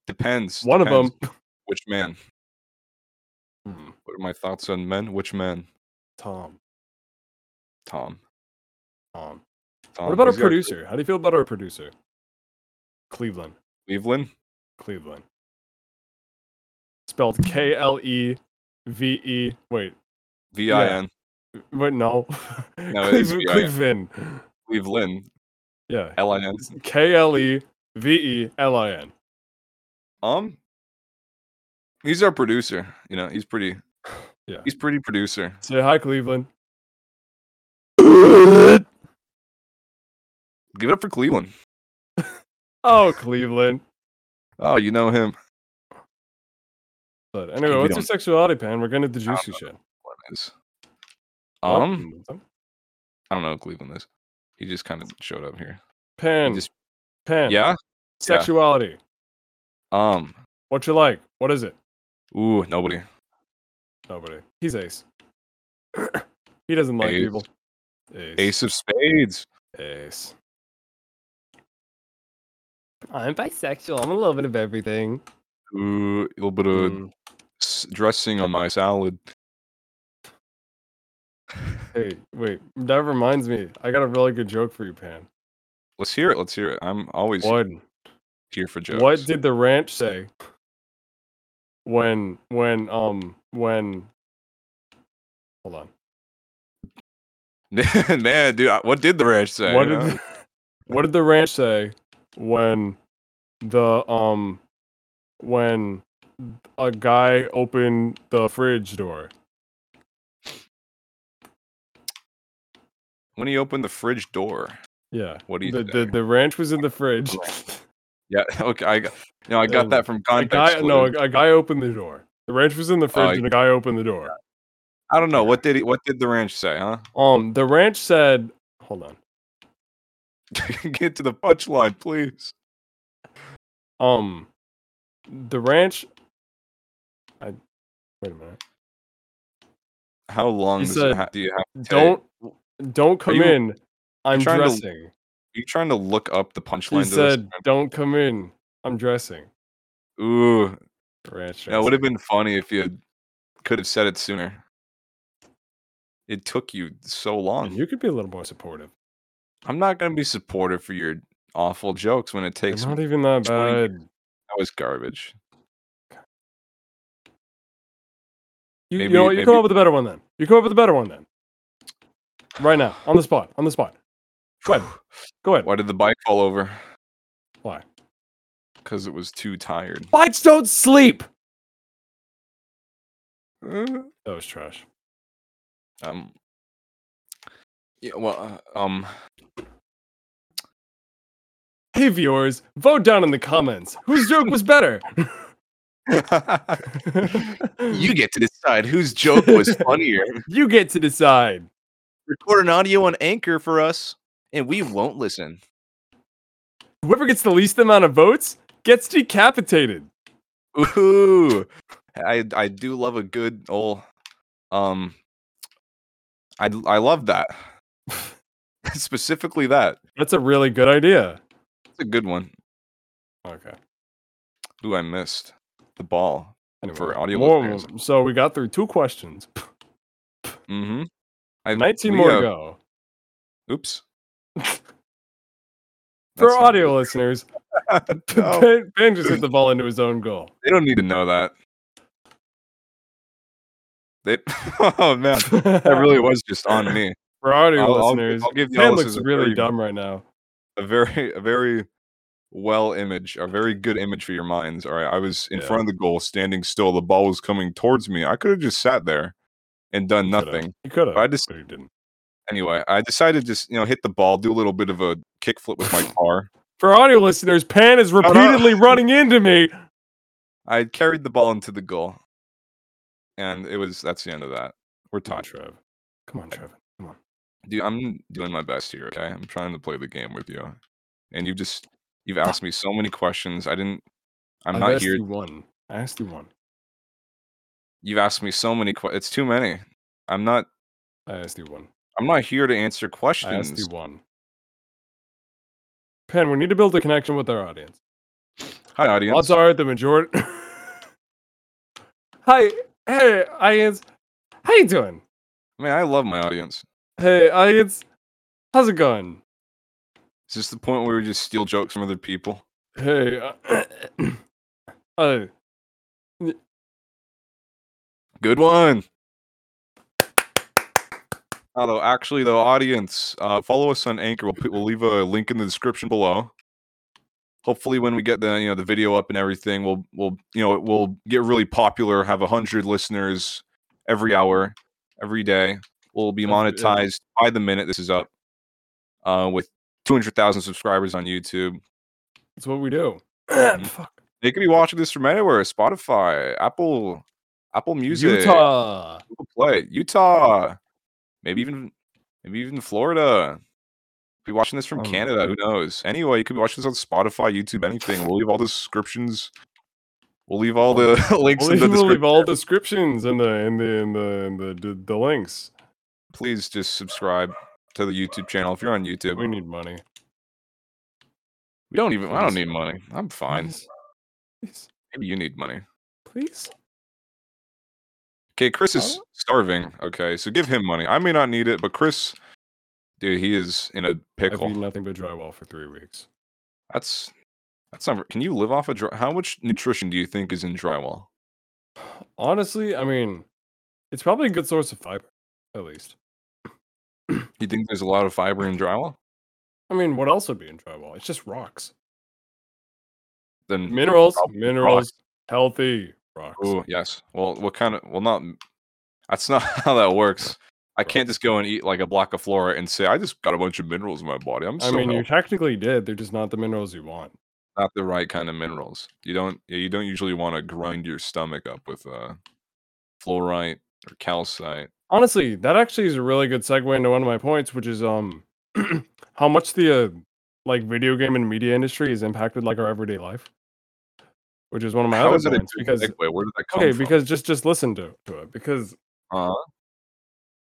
Speaker 1: Depends.
Speaker 2: one of
Speaker 1: depends.
Speaker 2: them.
Speaker 1: Which man?
Speaker 2: Hmm,
Speaker 1: What are my thoughts on men? Which man?
Speaker 2: Tom.
Speaker 1: Tom.
Speaker 2: Tom.
Speaker 1: Tom.
Speaker 2: What about our
Speaker 1: He's got
Speaker 2: producer? How do you feel about our producer? Cleveland.
Speaker 1: Cleveland.
Speaker 2: Cleveland. Spelled K L E V E. Wait,
Speaker 1: V I N.
Speaker 2: wait, no.
Speaker 1: it is
Speaker 2: Cleve-
Speaker 1: V I N.
Speaker 2: Cleveland.
Speaker 1: Cleveland.
Speaker 2: Yeah.
Speaker 1: L I N.
Speaker 2: K L E V E L I N.
Speaker 1: Um. He's our producer. You know, he's pretty.
Speaker 2: Yeah.
Speaker 1: He's pretty producer.
Speaker 2: Say hi, Cleveland.
Speaker 1: Give it up for Cleveland.
Speaker 2: Oh, Cleveland.
Speaker 1: Oh, you know him.
Speaker 2: But anyway,
Speaker 1: We
Speaker 2: what's your
Speaker 1: don't-
Speaker 2: sexuality, Pan? We're getting into
Speaker 1: I don't
Speaker 2: juicy shit. Oh, mm,
Speaker 1: What it is.
Speaker 2: Well,
Speaker 1: Um,
Speaker 2: you know them.
Speaker 1: I don't know who Cleveland is. He just kind of showed up here. He
Speaker 2: Pan,
Speaker 1: just-
Speaker 2: Pan,
Speaker 1: yeah.
Speaker 2: sexuality.
Speaker 1: Um.
Speaker 2: What you like? What is it?
Speaker 1: Ooh, nobody.
Speaker 2: Nobody. He's ace. he doesn't like
Speaker 1: Ace.
Speaker 2: people. Ace.
Speaker 1: Ace of Spades.
Speaker 2: Ace.
Speaker 3: I'm bisexual. I'm a little bit of everything.
Speaker 1: Ooh, a little bit of
Speaker 2: Mm,
Speaker 1: s- dressing on my salad.
Speaker 2: Hey, wait. That reminds me. I got a really good joke for you, Pan.
Speaker 1: Let's hear it. Let's hear it. I'm always
Speaker 2: What?
Speaker 1: here for jokes.
Speaker 2: What did the ranch say when when um when? Hold on.
Speaker 1: man, dude? I- What did the ranch say?
Speaker 2: what
Speaker 1: you
Speaker 2: did
Speaker 1: know?
Speaker 2: the, what did the ranch say when the um when a guy opened the fridge door?
Speaker 1: when he opened the fridge door?
Speaker 2: Yeah.
Speaker 1: What do you
Speaker 2: The,
Speaker 1: think?
Speaker 2: the the ranch was in the fridge.
Speaker 1: Yeah. Okay. I got. No, I got
Speaker 2: Um,
Speaker 1: that from
Speaker 2: A
Speaker 1: context.
Speaker 2: guy no, a,
Speaker 1: clues.
Speaker 2: a guy opened the door. The ranch was in the fridge
Speaker 1: Oh,
Speaker 2: and a guy opened the door.
Speaker 1: I don't know. What did he? What did the ranch say? Huh?
Speaker 2: Um the ranch said hold on.
Speaker 1: Get to the punchline, please.
Speaker 2: Um the ranch I wait a minute.
Speaker 1: How long
Speaker 2: He
Speaker 1: does
Speaker 2: said,
Speaker 1: it ha- do you have? to take?
Speaker 2: Don't don't come
Speaker 1: you-
Speaker 2: in. I'm
Speaker 1: trying to
Speaker 2: dressing.
Speaker 1: Are you trying to look up the punchline?
Speaker 2: He
Speaker 1: to this?
Speaker 2: said, "Don't come in. I'm dressing."
Speaker 1: "Ooh,
Speaker 2: Ranch.
Speaker 1: that would
Speaker 2: dressing.
Speaker 1: have been funny if you could have said it sooner." It took you so long.
Speaker 2: You could be a little more supportive.
Speaker 1: I'm not gonna be supportive for your awful jokes when it
Speaker 2: They're
Speaker 1: takes
Speaker 2: not even that
Speaker 1: 20 years.
Speaker 2: bad.
Speaker 1: that was garbage.
Speaker 2: You, you
Speaker 1: Maybe-
Speaker 2: know what? You come
Speaker 1: maybe-
Speaker 2: up with a better one then. You come up with a better one then. Right now, on the spot. On the spot. Go ahead. Go ahead.
Speaker 1: Why did the bike fall over?
Speaker 2: Why?
Speaker 1: Because it was too tired.
Speaker 3: Bikes don't sleep.
Speaker 2: That was trash.
Speaker 1: Um. Yeah. Well. uh, Um.
Speaker 2: Hey viewers, vote down in the comments. Whose joke was better?
Speaker 1: you get to decide whose joke was funnier.
Speaker 2: You get to decide.
Speaker 1: Record an audio on Anchor for us, and we won't listen.
Speaker 2: Whoever gets the least amount of votes gets decapitated.
Speaker 1: Ooh, I I do love a good old um. I l- I love that. Specifically, that
Speaker 2: That's a really good idea.
Speaker 1: it's a good one.
Speaker 2: Okay.
Speaker 1: Ooh, I missed the ball.
Speaker 2: Anyway,
Speaker 1: For audio
Speaker 2: more
Speaker 1: listeners.
Speaker 2: of 'em. So we got through two questions.
Speaker 1: Mm-hmm. I,
Speaker 2: 19
Speaker 1: we,
Speaker 2: more to
Speaker 1: uh,
Speaker 2: go.
Speaker 1: Oops.
Speaker 2: For
Speaker 1: That's not
Speaker 2: audio
Speaker 1: good.
Speaker 2: listeners,
Speaker 1: No,
Speaker 2: ben, ben just hit the ball into his own goal.
Speaker 1: they don't need to know that. They, oh man, that really was just on me.
Speaker 2: For audio
Speaker 1: I'll, I'll-
Speaker 2: listeners,
Speaker 1: I'll give y'all
Speaker 2: Ben
Speaker 1: this
Speaker 2: looks
Speaker 1: as a
Speaker 2: really
Speaker 1: very-
Speaker 2: dumb right now.
Speaker 1: a very a very well image, a very good image for your minds. All right, I was in
Speaker 2: Yeah.
Speaker 1: front of the goal, standing still. The ball was coming towards me. I could have just sat there and done nothing.
Speaker 2: He could have.
Speaker 1: I just-
Speaker 2: but he didn't.
Speaker 1: Anyway, I decided to just you know hit the ball, do a little bit of a kickflip with my car.
Speaker 2: For audio listeners, Pan is
Speaker 1: up.
Speaker 2: repeatedly running into me.
Speaker 1: I carried the ball into the goal, and it was that's the end of that. We're
Speaker 2: Come on,
Speaker 1: tied.
Speaker 2: Trev. Come on, Trev.
Speaker 1: Dude, I'm doing my best here. Okay, I'm trying to play the game with you, and you've just you've asked me so many questions. I didn't. I'm
Speaker 2: I've
Speaker 1: not
Speaker 2: asked
Speaker 1: here.
Speaker 2: You one. I asked you one.
Speaker 1: You've asked me so many questions. It's too many. I'm not.
Speaker 2: I asked you one.
Speaker 1: I'm not here to answer
Speaker 2: I asked you
Speaker 1: questions.
Speaker 2: one. Pan, we need to build a connection with our audience.
Speaker 1: Hi, audience.
Speaker 2: Odds are the majority. Hi, hey, audience. How you doing?
Speaker 1: I mean, I love my audience.
Speaker 2: Hey, audience. How's it going?
Speaker 1: Is this the point where we just steal jokes from other people?
Speaker 2: Hey, uh, uh,
Speaker 1: Good one. Although, actually, though, audience, uh, follow us on Anchor. We'll, put, we'll leave a link in the description below. Hopefully, when we get the you know the video up and everything, we'll we'll you know we'll get really popular, have a hundred listeners every hour, every day. will be
Speaker 2: That's- yeah.
Speaker 1: monetized by the minute this is up uh, with 200,000 subscribers on YouTube.
Speaker 2: That's what we do.
Speaker 1: Mm-hmm.
Speaker 2: Fuck.
Speaker 1: They could be watching this from anywhere Spotify, Apple, Apple Music,
Speaker 3: Utah.
Speaker 1: Google Play, Utah, maybe even maybe even Florida. Be watching this from
Speaker 2: Oh, no.
Speaker 1: Canada. Who knows? Anyway, you could be watching this on Spotify, YouTube, anything. We'll leave all the descriptions. We'll leave all the links
Speaker 2: We'll
Speaker 1: in the
Speaker 2: leave, we'll leave
Speaker 1: description.
Speaker 2: all descriptions and the and the and the and the, the, the links.
Speaker 1: Please just subscribe to the YouTube channel if you're on YouTube.
Speaker 2: We need money.
Speaker 1: We don't even. I don't
Speaker 2: Please.
Speaker 1: need money. I'm fine.
Speaker 2: Please. Please.
Speaker 1: Maybe you need money.
Speaker 2: Please.
Speaker 1: Okay, Chris
Speaker 2: Oh.
Speaker 1: is starving. Okay, so give him money. I may not need it, but Chris, dude, he is in a
Speaker 2: I've eaten
Speaker 1: pickle.
Speaker 2: nothing but drywall for three weeks.
Speaker 1: That's that's not. Can you live off a dry, how much nutrition do you think is in drywall?
Speaker 2: Honestly, I mean, it's probably a good source of fiber, at least.
Speaker 1: You think there's a lot of fiber in drywall?
Speaker 2: I mean, what else would be in drywall? It's just rocks,
Speaker 1: Then
Speaker 2: minerals,
Speaker 1: Probably
Speaker 2: minerals, healthy rocks.
Speaker 1: Ooh, yes. Well, what kind of? Well, not. That's not how that works. I
Speaker 2: Right.
Speaker 1: can't just go and eat like a block of flora and say I just got a bunch of minerals in my body. I'm
Speaker 2: I
Speaker 1: still
Speaker 2: mean, you technically did. They're just not the minerals you want.
Speaker 1: not the right kind of minerals. You don't. yeah, You don't usually want to grind your stomach up with uh, fluorite or calcite.
Speaker 2: Honestly, that actually is a really good segue into one of my points, which is um, how much the uh, like video game and media industry has impacted like our everyday life, which is one of my
Speaker 1: How
Speaker 2: other
Speaker 1: is it a
Speaker 2: points
Speaker 1: good
Speaker 2: because
Speaker 1: segue? Where did that come
Speaker 2: okay,
Speaker 1: from?
Speaker 2: because just just listen to, to it because
Speaker 1: Uh,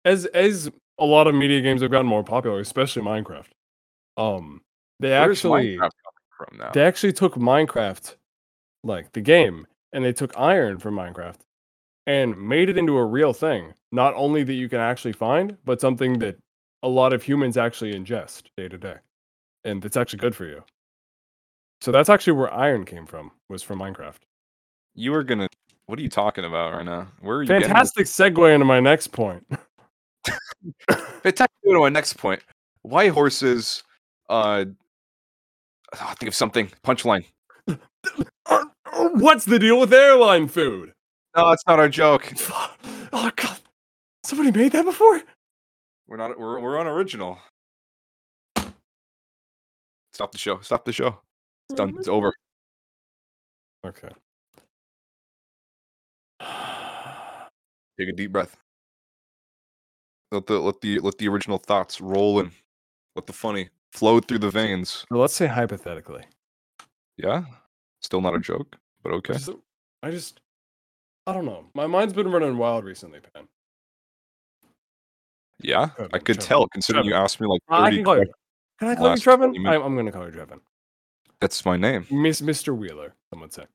Speaker 2: as as a lot of media games have gotten more popular, especially Minecraft. Um, they
Speaker 1: where's
Speaker 2: actually
Speaker 1: Minecraft coming from now.
Speaker 2: they actually took Minecraft, like the game, and they took iron from Minecraft, and made it into a real thing. Not only that you can actually find, but something that a lot of humans actually ingest day to day, and it's actually good for you. So that's actually where iron came from. Was from Minecraft.
Speaker 1: you were gonna. What are you talking about right now? Where are you? getting this-
Speaker 2: Fantastic segue into my next point.
Speaker 1: It takes me to my next point. Why horses? Uh, I'll think of something. Punchline.
Speaker 2: What's the deal with airline food?
Speaker 1: No, it's not our joke.
Speaker 2: Oh god. Somebody made that before?
Speaker 1: We're not. We're we're unoriginal. Stop the show. Stop the show. It's done. It's over.
Speaker 2: Okay.
Speaker 1: Take a deep breath. Let the let the let the original thoughts roll in. Let the funny flow through the veins.
Speaker 2: Let's say hypothetically.
Speaker 1: Yeah. Still not a joke, but okay.
Speaker 2: Just- I just I don't know. My mind's been running wild recently, Pan.
Speaker 1: Yeah. I
Speaker 2: Trevor,
Speaker 1: could
Speaker 2: Trevor,
Speaker 1: tell considering you
Speaker 2: Trevor.
Speaker 1: asked me like
Speaker 2: I
Speaker 1: 30
Speaker 2: can call you.
Speaker 1: questions.
Speaker 2: Can I call you
Speaker 1: Last
Speaker 2: Trevin?
Speaker 1: 20 minutes.
Speaker 2: I'm, I'm gonna call you Trevin.
Speaker 1: That's my name.
Speaker 2: Miss Mr. Wheeler, some would say.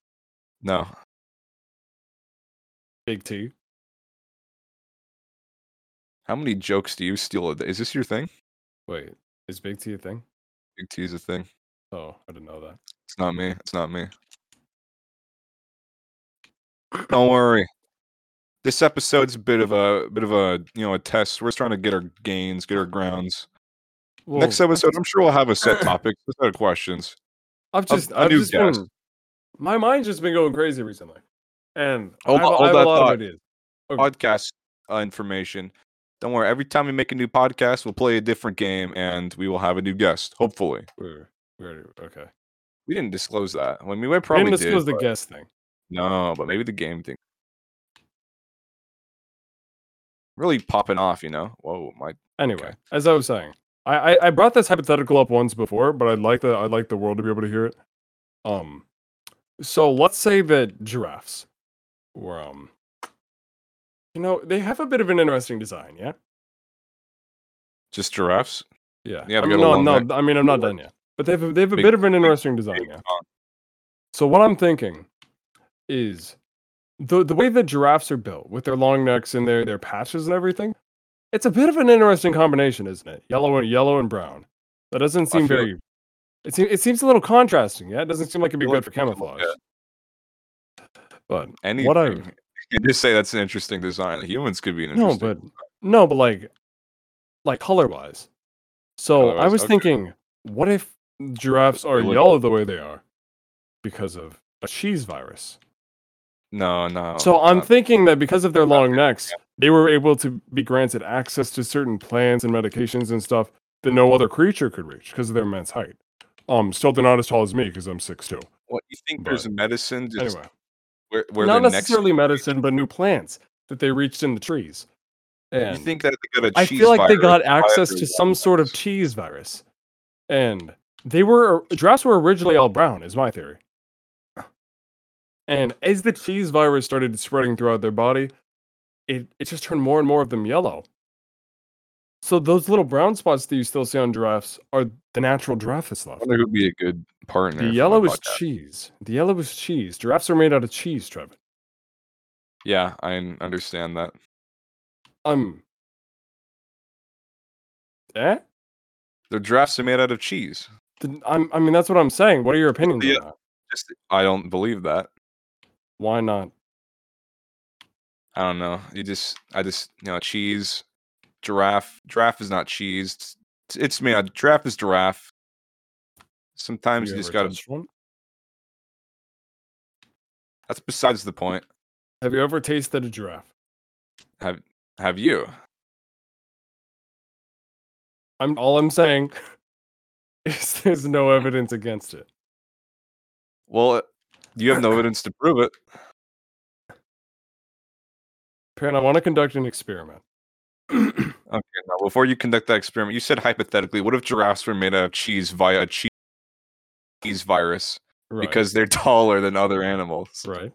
Speaker 1: No.
Speaker 2: Big T.
Speaker 1: How many jokes do you steal a day? Is this your thing?
Speaker 2: Wait, is Big T a thing?
Speaker 1: Big T is a thing.
Speaker 2: Oh, I didn't know that.
Speaker 1: It's not me. It's not me. Don't worry. This episode's a bit of a bit of a you know a test. We're just trying to get our gains, get our grounds.
Speaker 2: Well,
Speaker 1: Next episode, I'm sure we'll have a set topic, a set of questions.
Speaker 2: I've
Speaker 1: a-
Speaker 2: just,
Speaker 1: a
Speaker 2: i I've
Speaker 1: new
Speaker 2: just
Speaker 1: guest.
Speaker 2: been, my mind's just been going crazy recently, and
Speaker 1: Hold
Speaker 2: I
Speaker 1: on-
Speaker 2: have, a- I
Speaker 1: hold
Speaker 2: have
Speaker 1: that
Speaker 2: a lot
Speaker 1: thought.
Speaker 2: of ideas.
Speaker 1: Podcast uh, information. Don't worry. Every time we make a new podcast, we'll play a different game, and we will have a new guest. Hopefully,
Speaker 2: We're, we're okay.
Speaker 1: we didn't disclose that. I mean, we
Speaker 2: Probably
Speaker 1: probably
Speaker 2: didn't disclose
Speaker 1: did.
Speaker 2: the
Speaker 1: but-
Speaker 2: guest thing.
Speaker 1: No, but maybe the game thing. Really popping off, you know. Whoa, my
Speaker 2: Anyway, as I was saying, I, I I brought this hypothetical up once before, but I'd like the I'd like the world to be able to hear it. Um, so let's say that giraffes were um, you know, they have a bit of an interesting design, yeah.
Speaker 1: just giraffes.
Speaker 2: Yeah.
Speaker 1: Yeah,
Speaker 2: I
Speaker 1: we
Speaker 2: mean,
Speaker 1: got a
Speaker 2: no,
Speaker 1: long
Speaker 2: no.
Speaker 1: neck.
Speaker 2: I mean, I'm not done yet. But they have a, they have a
Speaker 1: Big-
Speaker 2: bit of an interesting design. Oh, Yeah. So what I'm thinking is the the way the giraffes are built with their long necks and their their patches and everything. It's a bit of an interesting combination, isn't it? Yellow and yellow and brown. That doesn't seem
Speaker 1: feel-
Speaker 2: very. It seems it seems a little contrasting. Yeah, it doesn't seem like it'd be
Speaker 1: feel like
Speaker 2: good for camouflage. But
Speaker 1: Anything.
Speaker 2: what I
Speaker 1: you just say that's an interesting design. Humans could be an
Speaker 2: No,
Speaker 1: interesting.
Speaker 2: but no, but like, like color wise. So I
Speaker 1: Color-wise,
Speaker 2: was
Speaker 1: okay.
Speaker 2: thinking, what if giraffes are
Speaker 1: They look-
Speaker 2: yellow the way they are because of a cheese virus?
Speaker 1: no, no.
Speaker 2: so I'm
Speaker 1: not- Oh,
Speaker 2: thinking that because of their long necks, they were able to be granted access to certain plants and medications and stuff that no other creature could reach because of their immense height. Um, still they're not as tall as me because I'm six two.
Speaker 1: What you think? There's
Speaker 2: But-
Speaker 1: medicine just
Speaker 2: Anyway,
Speaker 1: where, where
Speaker 2: not
Speaker 1: the next.
Speaker 2: necessarily medicine, but new plants that they reached in the trees.
Speaker 1: You
Speaker 2: And
Speaker 1: think that they got a
Speaker 2: I
Speaker 1: cheese
Speaker 2: feel like they
Speaker 1: virus
Speaker 2: got
Speaker 1: via
Speaker 2: access
Speaker 1: their
Speaker 2: to some sort of
Speaker 1: lungs?
Speaker 2: cheese virus, and they were giraffes were originally all brown, is my theory. And as the cheese virus started spreading throughout their body, it, it just turned more and more of them yellow. So those little brown spots that you still see on giraffes are the natural giraffe that's
Speaker 1: I
Speaker 2: left.
Speaker 1: wonder who'd be a good partner.
Speaker 2: The
Speaker 1: for my
Speaker 2: yellow is
Speaker 1: podcast.
Speaker 2: cheese. The yellow is cheese. Giraffes are made out of cheese, Trevor.
Speaker 1: Yeah, I n- understand that.
Speaker 2: Um. Eh?
Speaker 1: The drafts are made out of cheese.
Speaker 2: Then I'm, I mean, that's what I'm saying. What are your opinions
Speaker 1: Yeah.
Speaker 2: on that?
Speaker 1: Just I don't believe that.
Speaker 2: Why not?
Speaker 1: I don't know. You just I just you know cheese, giraffe. Giraffe is not cheese. It's, it's made out. Giraffe is giraffe. Sometimes you,
Speaker 2: You
Speaker 1: just
Speaker 2: ever
Speaker 1: gotta.
Speaker 2: touched one?
Speaker 1: That's besides the point.
Speaker 2: Have you ever tasted a giraffe?
Speaker 1: Have Have you?
Speaker 2: I'm all I'm saying is there's no evidence against it.
Speaker 1: Well, you have no evidence to prove it.
Speaker 2: Parent, I want to conduct an experiment.
Speaker 1: Okay, now before you conduct that experiment, you said hypothetically, what if giraffes were made out of cheese via a cheese cheese virus
Speaker 2: Right,
Speaker 1: because they're taller than other animals?
Speaker 2: right.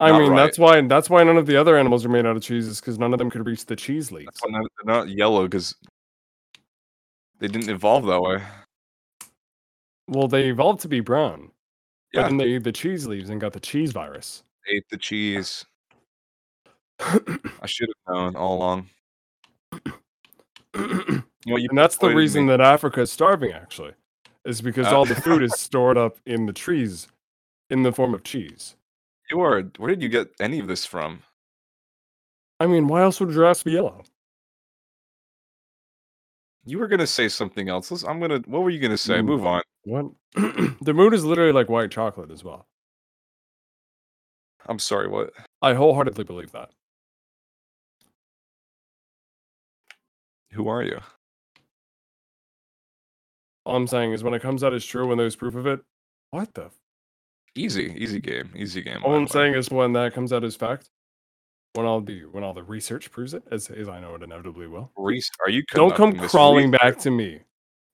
Speaker 2: I
Speaker 1: Not
Speaker 2: mean,
Speaker 1: right.
Speaker 2: that's why that's why none of the other animals are made out of cheeses because none of them could reach the cheese leaves.
Speaker 1: That's why they're they're not yellow because they didn't evolve that way.
Speaker 2: Well, they evolved to be brown.
Speaker 1: Yeah.
Speaker 2: But then they ate the cheese leaves and got the cheese virus.
Speaker 1: They ate the cheese. I should have known all along.
Speaker 2: and
Speaker 1: You know, you
Speaker 2: that's the
Speaker 1: persuaded
Speaker 2: reason
Speaker 1: me.
Speaker 2: that Africa is starving, actually, is because
Speaker 1: Uh,
Speaker 2: all the food is stored up in the trees in the form of cheese.
Speaker 1: you are. Where did you get any of this from?
Speaker 2: I mean, why else would giraffes be yellow?
Speaker 1: You were gonna say something else. Let's, I'm gonna. What were you gonna say?
Speaker 2: Mm.
Speaker 1: Move on.
Speaker 2: What? the mood is literally like white chocolate as well.
Speaker 1: I'm sorry. What?
Speaker 2: I wholeheartedly believe that.
Speaker 1: Who are you?
Speaker 2: All I'm saying is when it comes out as true, when there's proof of it, what the? F-
Speaker 1: Easy, easy game, easy game.
Speaker 2: all
Speaker 1: by
Speaker 2: I'm
Speaker 1: the way.
Speaker 2: saying is when that comes out as fact, when all the when all the research proves it, as, as I know it inevitably will.
Speaker 1: Reese, are you
Speaker 2: Don't come
Speaker 1: conducting this
Speaker 2: crawling
Speaker 1: research-
Speaker 2: back to me.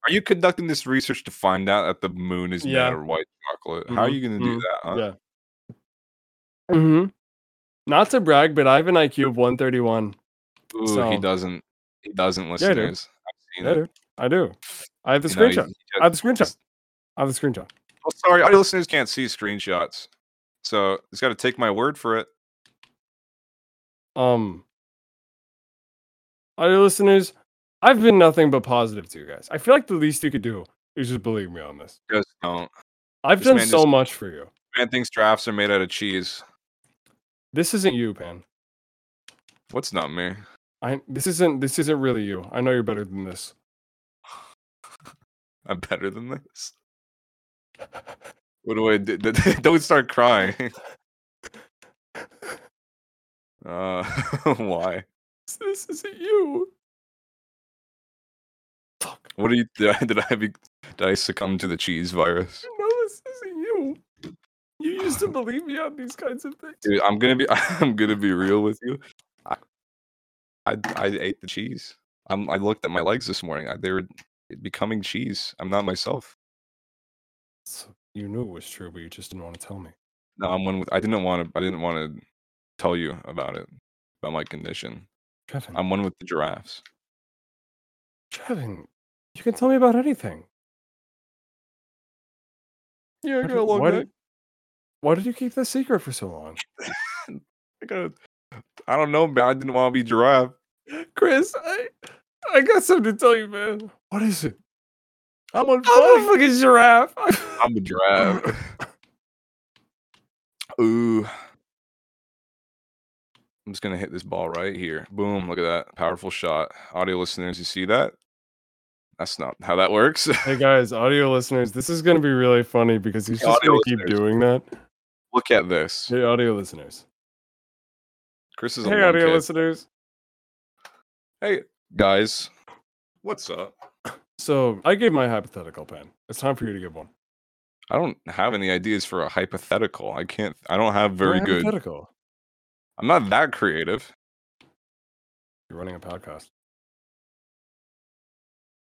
Speaker 1: Are you conducting this research to find out that the moon is
Speaker 2: Yeah.
Speaker 1: made out of white chocolate? How are
Speaker 2: Mhm,
Speaker 1: you going to do
Speaker 2: mhm,
Speaker 1: that? Huh?
Speaker 2: yeah. Mm-hmm. Not to brag, but I have an IQ of 131.
Speaker 1: Ooh, he
Speaker 2: So-
Speaker 1: doesn't. He doesn't.
Speaker 2: Yeah, I do.
Speaker 1: Listeners, I've seen
Speaker 2: I
Speaker 1: it.
Speaker 2: do. I do. I have the
Speaker 1: You know, he-
Speaker 2: screenshot.
Speaker 1: he
Speaker 2: I have the screenshot.
Speaker 1: just-
Speaker 2: I have the screenshot.
Speaker 1: Well, sorry, audio listeners can't see screenshots, so it's got to take my word for it.
Speaker 2: Um, other listeners, I've been nothing but positive to you guys. I feel like the least you could do is just believe me on this.
Speaker 1: Just don't.
Speaker 2: I've
Speaker 1: This
Speaker 2: done
Speaker 1: man
Speaker 2: so
Speaker 1: just-
Speaker 2: much for you.
Speaker 1: Man thinks drafts are made out of cheese.
Speaker 2: This isn't you, Pan.
Speaker 1: What's not me?
Speaker 2: I this isn't this isn't really you. I know you're better than this.
Speaker 1: I'm better than this. What do I do? Don't start crying. Uh, why?
Speaker 2: This isn't you. Fuck.
Speaker 1: What do you did I, did I be, did I succumb to the cheese virus?
Speaker 2: No, this isn't you. You used to believe me on these kinds of things.
Speaker 1: Dude, I'm gonna be I'm gonna be real with you. I I, I ate the cheese. I'm, I looked at my legs this morning. I, they were becoming cheese. I'm not myself.
Speaker 2: So you knew it was true, but you just didn't want to tell me.
Speaker 1: No, I'm one with. I didn't want to. I didn't want to tell you about it about my condition.
Speaker 2: Trevin,
Speaker 1: I'm one with the giraffes.
Speaker 2: Trevin, you can tell me about anything.
Speaker 1: Yeah, I
Speaker 2: Why
Speaker 1: got
Speaker 2: did-
Speaker 1: a long
Speaker 2: why
Speaker 1: neck.
Speaker 2: did- why did you keep this secret for so long?
Speaker 1: I got. a- I don't know, man. I didn't want to be giraffe.
Speaker 2: Chris, I I got something to tell you, man. What is it?
Speaker 1: I'm on
Speaker 2: I'm a fucking giraffe.
Speaker 1: I'm a giraffe. Ooh. I'm just gonna hit this ball right here. Boom! Look at that powerful shot. Audio listeners, you see that? That's not how that works.
Speaker 2: hey guys, audio listeners, this is gonna be really funny because he's
Speaker 1: Hey,
Speaker 2: just
Speaker 1: audio
Speaker 2: gonna keep
Speaker 1: listeners.
Speaker 2: doing that.
Speaker 1: Look at this.
Speaker 2: Hey, audio listeners.
Speaker 1: Chris is a
Speaker 2: Hey,
Speaker 1: lone
Speaker 2: audio
Speaker 1: kid.
Speaker 2: listeners.
Speaker 1: Guys, what's up?
Speaker 2: So I gave my hypothetical pen. It's time for you to give one.
Speaker 1: I don't have any ideas for a hypothetical. I can't. I don't have very
Speaker 2: My
Speaker 1: good.
Speaker 2: hypothetical.
Speaker 1: I'm not that creative.
Speaker 2: You're running a podcast.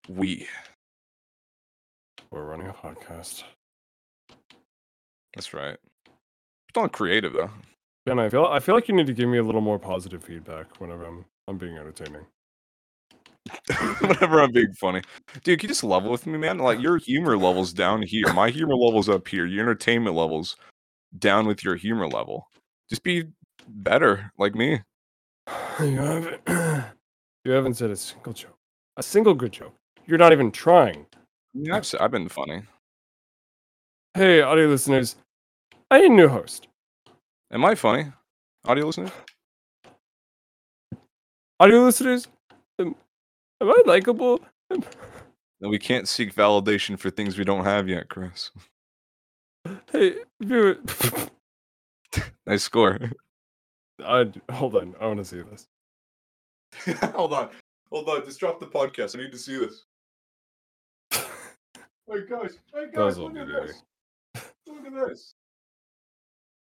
Speaker 1: We.
Speaker 2: We're running a podcast.
Speaker 1: That's right. It's not creative though.
Speaker 2: Ben, I feel I feel like you need to give me a little more positive feedback whenever I'm I'm being entertaining.
Speaker 1: Whenever I'm being funny, dude, can you just level with me, man? Like your humor levels down here. My humor levels up here. Your entertainment levels down with your humor level. Just be better, like me.
Speaker 2: you haven't you haven't said a single joke, a single good joke. You're not even trying.
Speaker 1: I mean, I've s- I've been funny.
Speaker 2: Hey, audio listeners, I need a new host.
Speaker 1: Am I funny, audio listener?
Speaker 2: Audio listeners, am, am I likable? Am-
Speaker 1: No, we can't seek validation for things we don't have yet, Chris.
Speaker 2: hey, viewer.
Speaker 1: Nice score.
Speaker 2: I hold on. I want to see this.
Speaker 1: hold on, hold on. Just drop the podcast. I need to see this. hey guys, hey
Speaker 2: That was a little bit
Speaker 1: Look at this.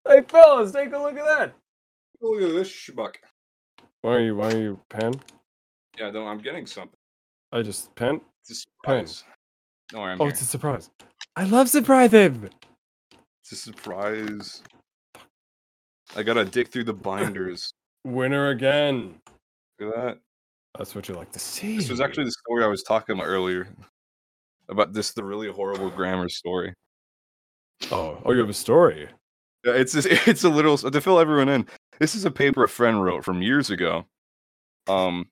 Speaker 2: Hey, fellas, take a look at that.
Speaker 1: Look at this schmuck.
Speaker 2: Why are you? Why are you pen?
Speaker 1: Yeah, no, I'm getting something.
Speaker 2: I just pen.
Speaker 1: It's a
Speaker 2: Pen.
Speaker 1: surprise. Don't worry, I'm
Speaker 2: Oh,
Speaker 1: here.
Speaker 2: it's a surprise. I love surprises.
Speaker 1: It's a surprise. I gotta dig through the binders.
Speaker 2: Winner again.
Speaker 1: Look at that.
Speaker 2: That's what you like to see.
Speaker 1: This was actually the story I was talking about earlier. About this, the really horrible grammar story.
Speaker 2: Oh, oh, you have a story.
Speaker 1: Yeah, It's just, it's a little to fill everyone in. This is a paper a friend wrote from years ago. Um,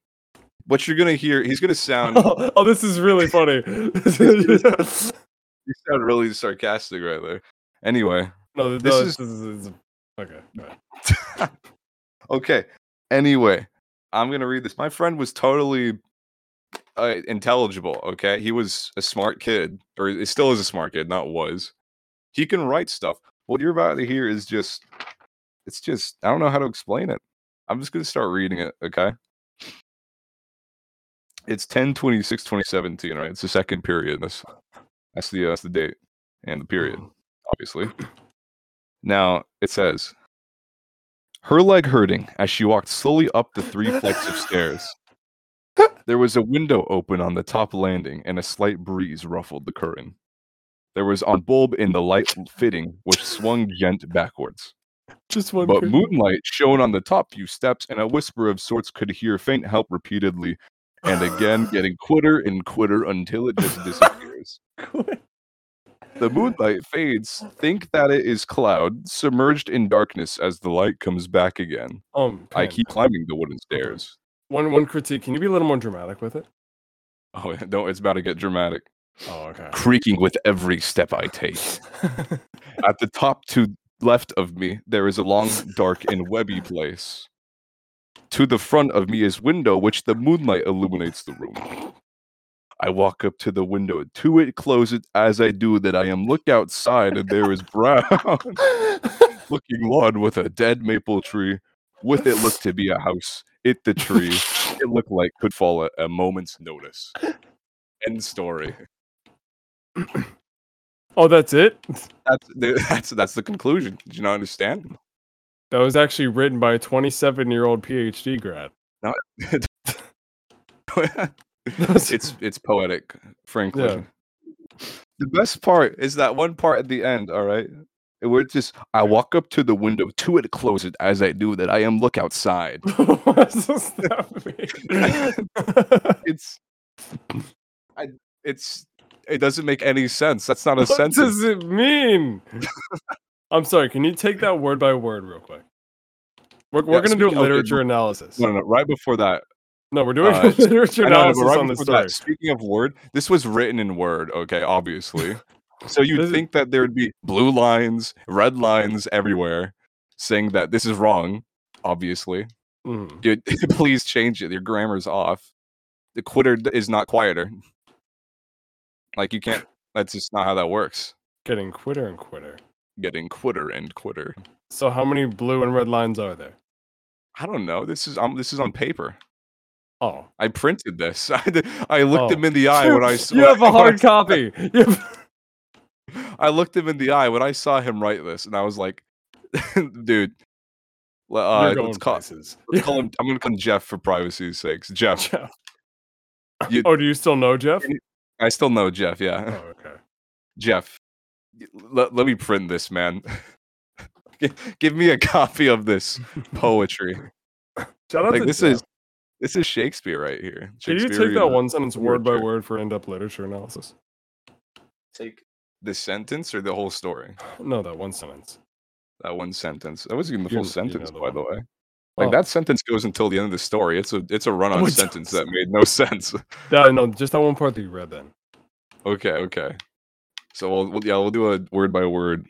Speaker 1: what you're gonna hear, he's gonna sound
Speaker 2: Oh, this is really funny.
Speaker 1: you sound really sarcastic right there. Anyway,
Speaker 2: no,
Speaker 1: This
Speaker 2: this,
Speaker 1: is-
Speaker 2: is, this is okay. go ahead.
Speaker 1: okay. Anyway, I'm gonna read this. My friend was totally uh, intelligible. Okay, he was a smart kid, or he still is a smart kid. Not was. He can write stuff. What you're about to hear is just, it's just. I don't know how to explain it. I'm just gonna start reading it. Okay. It's 10 26 2017, right? It's the second period. That's that's the uh, that's the date and the period, obviously. Now it says her leg hurting as she walked slowly up the three flights of stairs. There was a window open on the top landing, and a slight breeze ruffled the curtain. There was on bulb in the light fitting, which swung gent backwards.
Speaker 2: Just one.
Speaker 1: But
Speaker 2: quick-
Speaker 1: moonlight shone on the top few steps, and a whisper of sorts could hear faint help repeatedly, and again getting quitter and quitter until it just disappears. The moonlight fades. Think that it is cloud, submerged in darkness as the light comes back again.
Speaker 2: um,
Speaker 1: I
Speaker 2: Pan,
Speaker 1: keep climbing the wooden stairs.
Speaker 2: one one critique. Can you be a little more dramatic with it?
Speaker 1: Oh, no, it's about to get dramatic.
Speaker 2: Oh, okay.
Speaker 1: Creaking with every step I take. At the top to left of me, there is a long, dark, and webby place. To the front of me is window, which the moonlight illuminates the room. I walk up to the window. To it, close it as I do that. I am looked outside, and there is brown. looking lawn with a dead maple tree. With it looked to be a house. It the tree. It looked like could fall at a moment's notice. End story.
Speaker 2: oh, that's it.
Speaker 1: That's the, that's that's the conclusion. Did you not understand?
Speaker 2: That was actually written by a 27 year old PhD grad.
Speaker 1: it's it's poetic, frankly.
Speaker 2: Yeah.
Speaker 1: The best part is that one part at the end. All right, And we're just. I walk up to the window. To it, close it as I do that. I am look outside.
Speaker 2: what does that mean?
Speaker 1: It's. I, it's. It doesn't make any sense. That's not a
Speaker 2: What
Speaker 1: sentence.
Speaker 2: does it mean? I'm sorry. Can you take that word by word real quick? We're,
Speaker 1: Yeah,
Speaker 2: we're going to do a
Speaker 1: speaking- okay,
Speaker 2: literature analysis.
Speaker 1: No, no, no. Right before that,
Speaker 2: No, we're doing
Speaker 1: Uh,
Speaker 2: a
Speaker 1: it's-
Speaker 2: literature
Speaker 1: I know, I know,
Speaker 2: analysis
Speaker 1: but right
Speaker 2: on the
Speaker 1: before
Speaker 2: story.
Speaker 1: That, speaking of Word, this was written in Word, okay, obviously. So you'd
Speaker 2: This is-
Speaker 1: think that there would be blue lines, red lines everywhere saying that this is wrong, obviously.
Speaker 2: Mhm.
Speaker 1: You- please change it. Your grammar's off. The quitter d- is not quieter. Like you can't that's just not how that works.
Speaker 2: Getting quitter and quitter.
Speaker 1: Getting quitter and quitter.
Speaker 2: So, how many blue and red lines are there?
Speaker 1: I don't know. This is um, this is on paper.
Speaker 2: Oh,
Speaker 1: I printed this. I, did- I looked
Speaker 2: Oh.
Speaker 1: him in the eye when I s-
Speaker 2: you have a
Speaker 1: when I
Speaker 2: hard copy. You have-
Speaker 1: I looked him in the eye when I saw him write this, and I was like, "Dude, le- uh,
Speaker 2: you're going
Speaker 1: let's, call,
Speaker 2: places.
Speaker 1: let's call him. I'm gonna call him Jeff for privacy's sakes. Jeff.
Speaker 2: Jeff.
Speaker 1: You-
Speaker 2: oh, do you still know Jeff?
Speaker 1: I still know Jeff. Yeah,
Speaker 2: Oh, okay.
Speaker 1: Jeff. y- Let, let me print this, man. Gi- Give me a copy of this poetry.
Speaker 2: Shout out
Speaker 1: like
Speaker 2: to
Speaker 1: this
Speaker 2: Jeff.
Speaker 1: is this is Shakespeare right here.
Speaker 2: Can you take
Speaker 1: Shakespearean
Speaker 2: that one sentence word by
Speaker 1: literature.
Speaker 2: word for end up literature analysis?
Speaker 1: Take the sentence or the whole story.
Speaker 2: No, that one sentence.
Speaker 1: That one sentence. I was getting the
Speaker 2: You
Speaker 1: full
Speaker 2: kn- you know
Speaker 1: sentence,
Speaker 2: the
Speaker 1: by the
Speaker 2: one.
Speaker 1: way. Like
Speaker 2: Oh.
Speaker 1: that sentence goes until the end of the story. It's a it's a run
Speaker 2: Oh,
Speaker 1: on
Speaker 2: it
Speaker 1: sentence
Speaker 2: does.
Speaker 1: that made no sense.
Speaker 2: No, no, just that one part that you read then.
Speaker 1: okay, okay. So we'll, we'll yeah we'll do a word by word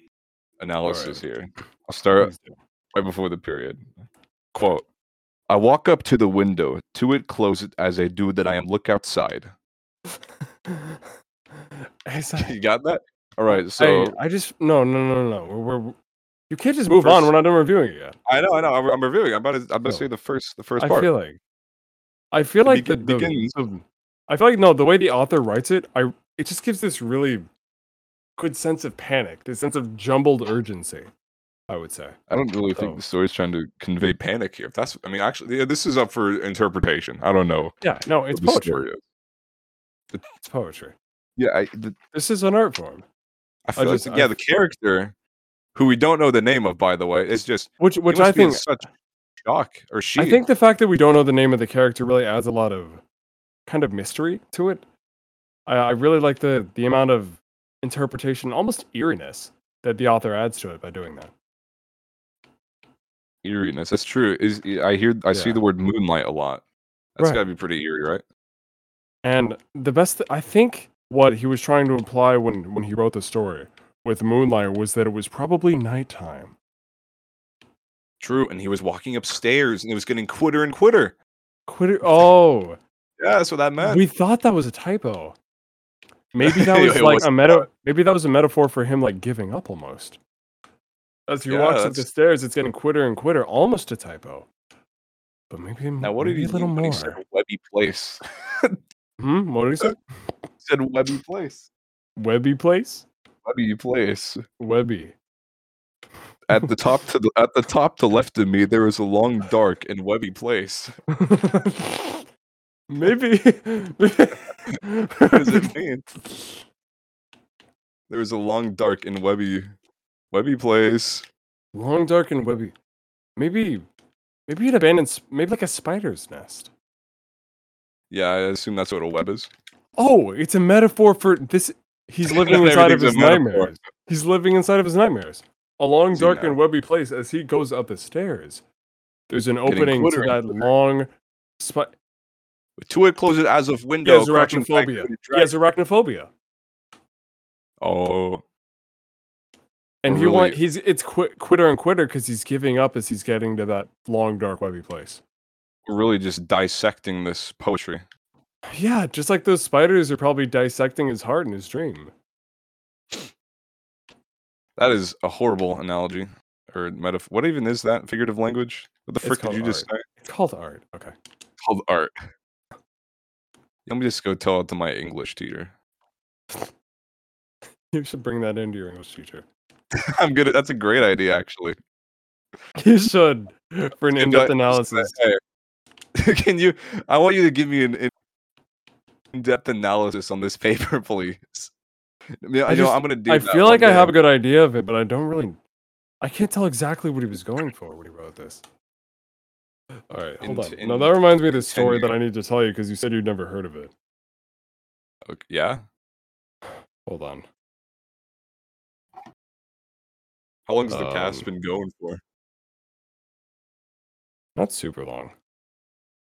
Speaker 1: analysis here. I'll start
Speaker 2: Please do.
Speaker 1: right before the period. Quote: I walk up to the window. To it close it as I do that. I am look outside.
Speaker 2: It's not-
Speaker 1: You got that? All right. So
Speaker 2: I, I just no no no no. We're, we're- you can't just move on.
Speaker 1: First-
Speaker 2: We're not done reviewing it yet.
Speaker 1: I, know I know I'm, I'm reviewing. I'm about to I'm about to
Speaker 2: No.
Speaker 1: say the first the first
Speaker 2: I
Speaker 1: part.
Speaker 2: feel like I feel like the,
Speaker 1: begin-
Speaker 2: the,
Speaker 1: begins-
Speaker 2: the- I feel like no the way the author writes it I it just gives this really good sense of panic, this sense of jumbled urgency. I would say.
Speaker 1: I don't really think
Speaker 2: Oh.
Speaker 1: the story's trying to convey panic here. If that's, I mean, actually, yeah, this is up for interpretation. I don't know.
Speaker 2: Yeah, no,
Speaker 1: what
Speaker 2: it's
Speaker 1: the
Speaker 2: poetry.
Speaker 1: story is.
Speaker 2: It's poetry.
Speaker 1: Yeah, I, the,
Speaker 2: This is an art form,
Speaker 1: I feel like
Speaker 2: just-
Speaker 1: the-
Speaker 2: I
Speaker 1: yeah, the character, who we don't know the name of, by the way, is just
Speaker 2: which
Speaker 1: he
Speaker 2: which
Speaker 1: must
Speaker 2: I
Speaker 1: be in
Speaker 2: think
Speaker 1: such shock or she.
Speaker 2: I think the fact that we don't know the name of the character really adds a lot of kind of mystery to it. I, I really like the the amount of interpretation, almost eeriness that the author adds to it by doing that.
Speaker 1: eeriness. That's true. Is I hear I see
Speaker 2: Yeah.
Speaker 1: the word moonlight a lot. That's
Speaker 2: Right.
Speaker 1: got to be pretty eerie, right?
Speaker 2: And the best, I think, what he was trying to imply when when he wrote the story with Moonlight was that it was probably nighttime.
Speaker 1: True. And he was walking upstairs, and it was getting quitter and quitter.
Speaker 2: Quit. Oh,
Speaker 1: Yeah, that's what that meant.
Speaker 2: we thought that was a typo. Maybe that was
Speaker 1: It
Speaker 2: like
Speaker 1: was
Speaker 2: a meta. Maybe that was a metaphor for him like giving up almost. As he
Speaker 1: Yeah,
Speaker 2: walks up the
Speaker 1: that's-
Speaker 2: stairs, it's getting quitter and quitter, almost a typo. But maybe
Speaker 1: now, what did
Speaker 2: maybe
Speaker 1: he
Speaker 2: a little
Speaker 1: mean when
Speaker 2: more?
Speaker 1: he said webby place?
Speaker 2: Hmm. What did he say?
Speaker 1: He said webby place.
Speaker 2: Webby place.
Speaker 1: Webby place.
Speaker 2: Webby.
Speaker 1: At the top to the, at the top to left of me, there is a long, dark, and webby place.
Speaker 2: maybe.
Speaker 1: What does it mean? There is a long, dark, and webby, webby place.
Speaker 2: Long, dark, and webby. Maybe, maybe he'd abandoned. s- Maybe like a spider's nest.
Speaker 1: Yeah, I assume that's what a web is.
Speaker 2: Oh, it's a metaphor for this. He's living inside
Speaker 1: Everything's
Speaker 2: of
Speaker 1: a
Speaker 2: his
Speaker 1: metaphor.
Speaker 2: nightmares. He's living inside of his nightmares. A long,
Speaker 1: Is he
Speaker 2: dark,
Speaker 1: now?
Speaker 2: and webby place. As he goes up the stairs, there's an
Speaker 1: Getting
Speaker 2: opening to
Speaker 1: quitter
Speaker 2: that
Speaker 1: and
Speaker 2: long. Spot.
Speaker 1: To it closes as of window.
Speaker 2: He has
Speaker 1: crouching back
Speaker 2: arachnophobia.
Speaker 1: to the
Speaker 2: He has arachnophobia,
Speaker 1: dragon- Oh,
Speaker 2: and
Speaker 1: Or
Speaker 2: he want
Speaker 1: really-
Speaker 2: he's it's quit, quitter and quitter because he's giving up as he's getting to that long, dark, webby place.
Speaker 1: we're really just dissecting this poetry.
Speaker 2: Yeah, just like those spiders are probably dissecting his heart in his dream.
Speaker 1: That is a horrible analogy or metaphor. What even is that figurative language? What the
Speaker 2: It's
Speaker 1: frick did
Speaker 2: called
Speaker 1: you just say?
Speaker 2: It's called art. Okay.
Speaker 1: called art. Let me just go tell it to my English teacher.
Speaker 2: You should bring that into your English teacher.
Speaker 1: I'm good. At, that's a great idea, actually. uh,
Speaker 2: You should for an
Speaker 1: Good
Speaker 2: in-depth
Speaker 1: di-
Speaker 2: analysis.
Speaker 1: Hey, can you? I want you to give me an in- in-depth analysis on this paper, please. I, mean, I,
Speaker 2: I
Speaker 1: know
Speaker 2: just-
Speaker 1: I'm gonna do.
Speaker 2: I
Speaker 1: that
Speaker 2: feel
Speaker 1: one
Speaker 2: like I
Speaker 1: day.
Speaker 2: have a good idea of it, but I don't really. I can't tell exactly what he was going for when he wrote this. All right, hold
Speaker 1: In-
Speaker 2: on.
Speaker 1: in
Speaker 2: No, that reminds me of this
Speaker 1: 10
Speaker 2: story that I need to tell you because you said you'd never heard of it.
Speaker 1: Okay, yeah.
Speaker 2: Hold on.
Speaker 1: How long's the cast
Speaker 2: Um,
Speaker 1: been going for?
Speaker 2: Not super long.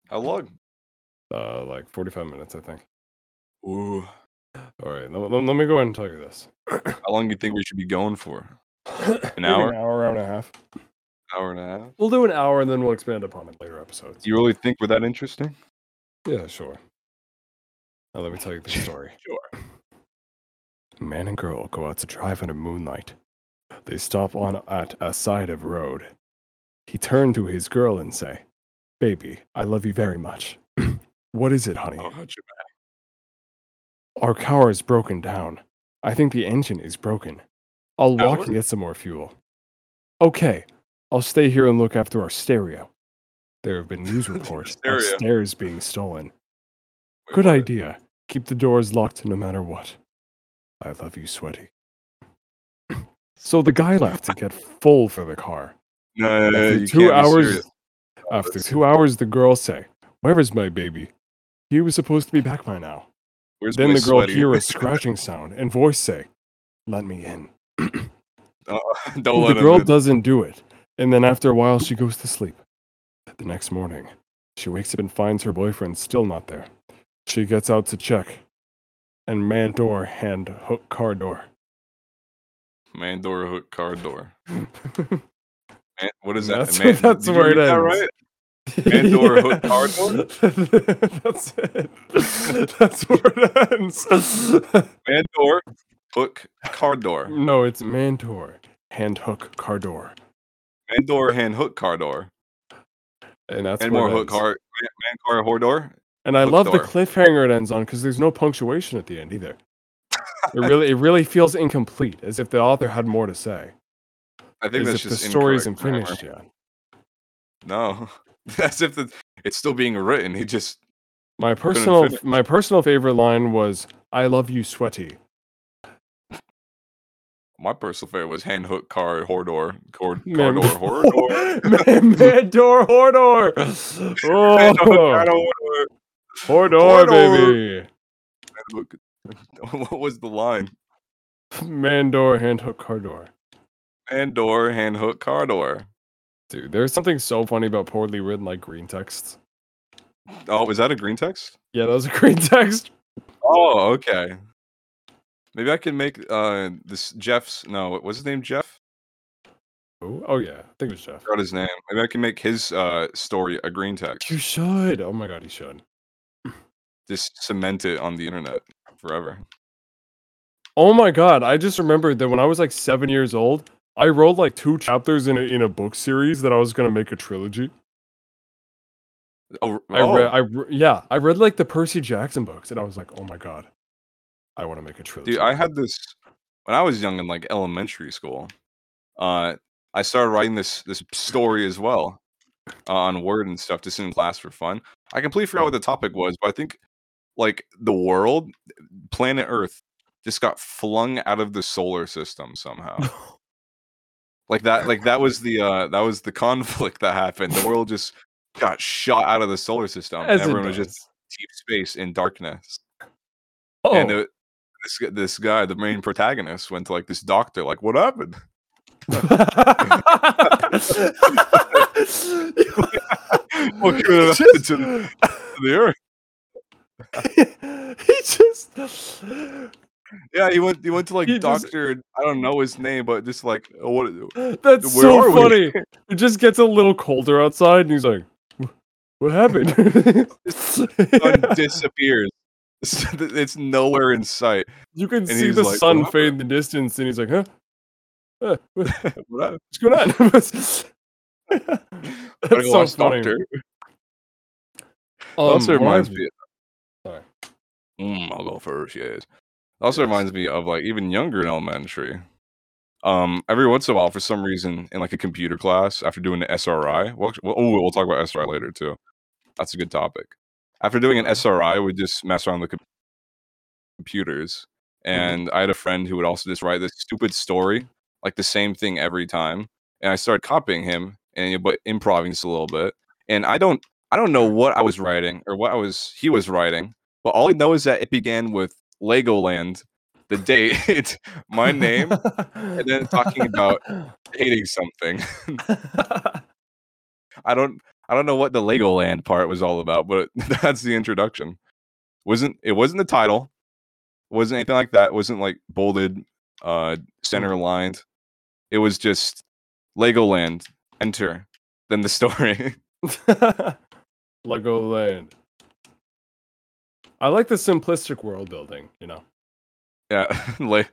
Speaker 1: How long?
Speaker 2: Uh, like 45 minutes, I think.
Speaker 1: Ooh.
Speaker 2: All right, let, let- let me go ahead and tell you this.
Speaker 1: How long do you think we should be going for?
Speaker 2: Maybe
Speaker 1: hour?
Speaker 2: An hour, hour and a half.
Speaker 1: hour and a half.
Speaker 2: We'll do an hour and then we'll expand upon it later episodes.
Speaker 1: Do you really think we're that interesting?
Speaker 2: Yeah, sure. Now let me tell you the story.
Speaker 1: Sure.
Speaker 2: A Man and girl go out to drive under moonlight. They stop on at a side of road. He turned to his girl and say, "Baby, I love you very much." what is it, honey?
Speaker 1: Oh, how'd you-
Speaker 2: Our car is broken down. I think the engine is broken. I'll walk
Speaker 1: Ours?
Speaker 2: to get some more fuel. Okay, I'll stay here and look after our stereo. There have been news reports
Speaker 1: Stereo.
Speaker 2: of stairs being stolen.
Speaker 1: wait,
Speaker 2: Good
Speaker 1: what?
Speaker 2: idea. Keep the doors locked no matter what. I love you, sweaty. so the guy left to get full for the car.
Speaker 1: No, no, no,
Speaker 2: After
Speaker 1: Uh, you
Speaker 2: two
Speaker 1: can't be
Speaker 2: hours,
Speaker 1: serious.
Speaker 2: after
Speaker 1: That's-
Speaker 2: two hours, the girl say, "Where's my baby? He was supposed to be back by now."
Speaker 1: Where's
Speaker 2: Then
Speaker 1: my
Speaker 2: the girl
Speaker 1: sweaty-
Speaker 2: hear a scratching sound and voice say, "Let me in."
Speaker 1: Oh, don't
Speaker 2: the
Speaker 1: let
Speaker 2: girl
Speaker 1: him. in.
Speaker 2: doesn't do it, and then after a while, she goes to sleep. The next morning, she wakes up and finds her boyfriend still not there. She gets out to check, and man door hand hook car door.
Speaker 1: Man door hook car door. Man, what is
Speaker 2: That's-
Speaker 1: that? Man,
Speaker 2: that's
Speaker 1: did you
Speaker 2: where it
Speaker 1: read that
Speaker 2: ends.
Speaker 1: right? Man door hook car door.
Speaker 2: That's it. That's where it ends.
Speaker 1: Man door hook car door.
Speaker 2: no, it's man door hand hook car door,
Speaker 1: Man door hand hook car door.
Speaker 2: and that's
Speaker 1: and
Speaker 2: where
Speaker 1: more
Speaker 2: it
Speaker 1: hook
Speaker 2: ends.
Speaker 1: car man, man car whore door.
Speaker 2: And I
Speaker 1: Hook
Speaker 2: love
Speaker 1: door.
Speaker 2: the cliffhanger it ends on because there's no punctuation at the end either. It really, it really feels incomplete, as if the author had more to say.
Speaker 1: I think
Speaker 2: as
Speaker 1: that's
Speaker 2: if
Speaker 1: just
Speaker 2: the story isn't
Speaker 1: incorrect grammar.
Speaker 2: finished yet.
Speaker 1: No, that's if the, it's still being written. He just
Speaker 2: My personal,
Speaker 1: finish.
Speaker 2: my personal favorite line was "I love you, sweaty."
Speaker 1: my personal favorite was hand hook car whore door car, car
Speaker 2: Man-
Speaker 1: door whore door.
Speaker 2: man, man, door, Hordor.
Speaker 1: Man door, car
Speaker 2: Oh,
Speaker 1: door, whore
Speaker 2: Hordor,
Speaker 1: Hordor.
Speaker 2: baby.
Speaker 1: door. What was the line?
Speaker 2: Man, door, hand hook, car door.
Speaker 1: Man door hand hook car door.
Speaker 2: Dude, there's something so funny about poorly written like green text.
Speaker 1: Oh, is that a green text?
Speaker 2: Yeah, that was a green text.
Speaker 1: Oh, okay. Maybe I can make uh this Jeff's no, what was his name? Jeff?
Speaker 2: Oh, oh yeah, I think it was Jeff.
Speaker 1: I forgot his name. Maybe I can make his uh story a green text.
Speaker 2: You should. Oh my god, you should.
Speaker 1: Just cement it on the internet forever.
Speaker 2: Oh my god, I just remembered that when I was like seven years old, I wrote like two chapters in a, in a book series that I was gonna make a trilogy.
Speaker 1: Oh,
Speaker 2: I read, I re- yeah, I read like the Percy Jackson books, and I was like, oh my god, I want to make a trilogy.
Speaker 1: Dude, I had this when I was young in like elementary school. Uh, I started writing this this story as well uh, on Word and stuff, just in class for fun. I completely forgot what the topic was, but I think like the world, planet Earth, just got flung out of the solar system somehow. like that, like that was the uh that was the conflict that happened. The world just got shot out of the solar system. and
Speaker 2: As it
Speaker 1: um, everyone was just
Speaker 2: does.
Speaker 1: deep space in darkness
Speaker 2: oh,
Speaker 1: and it, this gu- this guy, the main protagonist, went to like this doctor. Like, what happened? What could have happened to the, to the earth?
Speaker 2: he just
Speaker 1: Yeah, he went. He went to like
Speaker 2: He just-
Speaker 1: doctor. I don't know his name, but just like uh, what?
Speaker 2: that's
Speaker 1: Where
Speaker 2: so
Speaker 1: are we?
Speaker 2: funny. It just gets a little colder outside, and he's like, "Wh- "What happened?"
Speaker 1: Sun disappears. It's, it's nowhere in sight.
Speaker 2: You can see
Speaker 1: he's
Speaker 2: the
Speaker 1: like,
Speaker 2: sun
Speaker 1: "What
Speaker 2: fade in the distance, and he's like, "Huh? Huh? What-
Speaker 1: What happened?
Speaker 2: What's going on?" That's
Speaker 1: Gotta go
Speaker 2: so
Speaker 1: watch
Speaker 2: funny.
Speaker 1: Doctor.
Speaker 2: Um,
Speaker 1: also
Speaker 2: what
Speaker 1: reminds
Speaker 2: I've-
Speaker 1: me.
Speaker 2: Sorry.
Speaker 1: Mm, I'll go first. Yes. Also
Speaker 2: Yes.
Speaker 1: reminds me of like even younger in elementary. Um, every once in a while, for some reason, in like a computer class, after doing an SRI, well, actu- well, oh, we'll talk about SRI later too. That's a good topic. After doing an SRI, we just mess around with com- computers,
Speaker 2: Mm-hmm.
Speaker 1: and I had a friend who would also just write this stupid story, like the same thing every time, and I started copying him and but improvising just a little bit. And I don't, I don't know what I was writing or what I was he was writing, but all I know is that it began with Legoland, the date, my name, and then talking about hating something. I don't I don't know what the Legoland part was all about, but that's the introduction. Wasn't it wasn't the title. Wasn't anything like that. Wasn't like bolded, uh center lined. It was just Legoland, enter, then the story.
Speaker 2: Legoland. I like the simplistic world building. You know,
Speaker 1: eh, yeah. like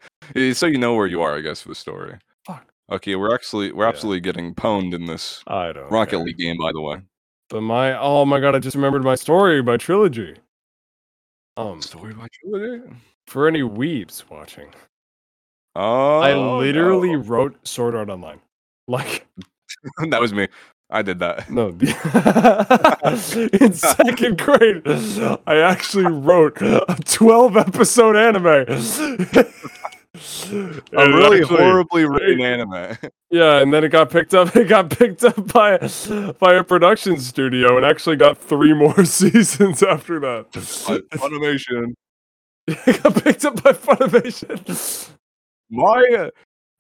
Speaker 1: so you know where you are, I guess, for the story.
Speaker 2: fuck.
Speaker 1: Okay, we're actually we're
Speaker 2: Yeah.
Speaker 1: absolutely getting pwned in this
Speaker 2: I don't.
Speaker 1: Rocket
Speaker 2: care.
Speaker 1: League game, by the way.
Speaker 2: But my oh my god, I just remembered my story by trilogy. Um,
Speaker 1: Story by trilogy.
Speaker 2: for any weebs watching,
Speaker 1: Oh,
Speaker 2: I literally
Speaker 1: no.
Speaker 2: wrote Sword Art Online. Like
Speaker 1: that was me. I did that.
Speaker 2: no, in second grade, I actually wrote a twelve episode anime.
Speaker 1: A
Speaker 2: And it
Speaker 1: really
Speaker 2: actually-
Speaker 1: horribly written anime.
Speaker 2: Yeah, and then it got picked up. It got picked up by by a production studio, and actually got three more seasons after that.
Speaker 1: Funimation.
Speaker 2: it got picked up by Funimation.
Speaker 1: My uh,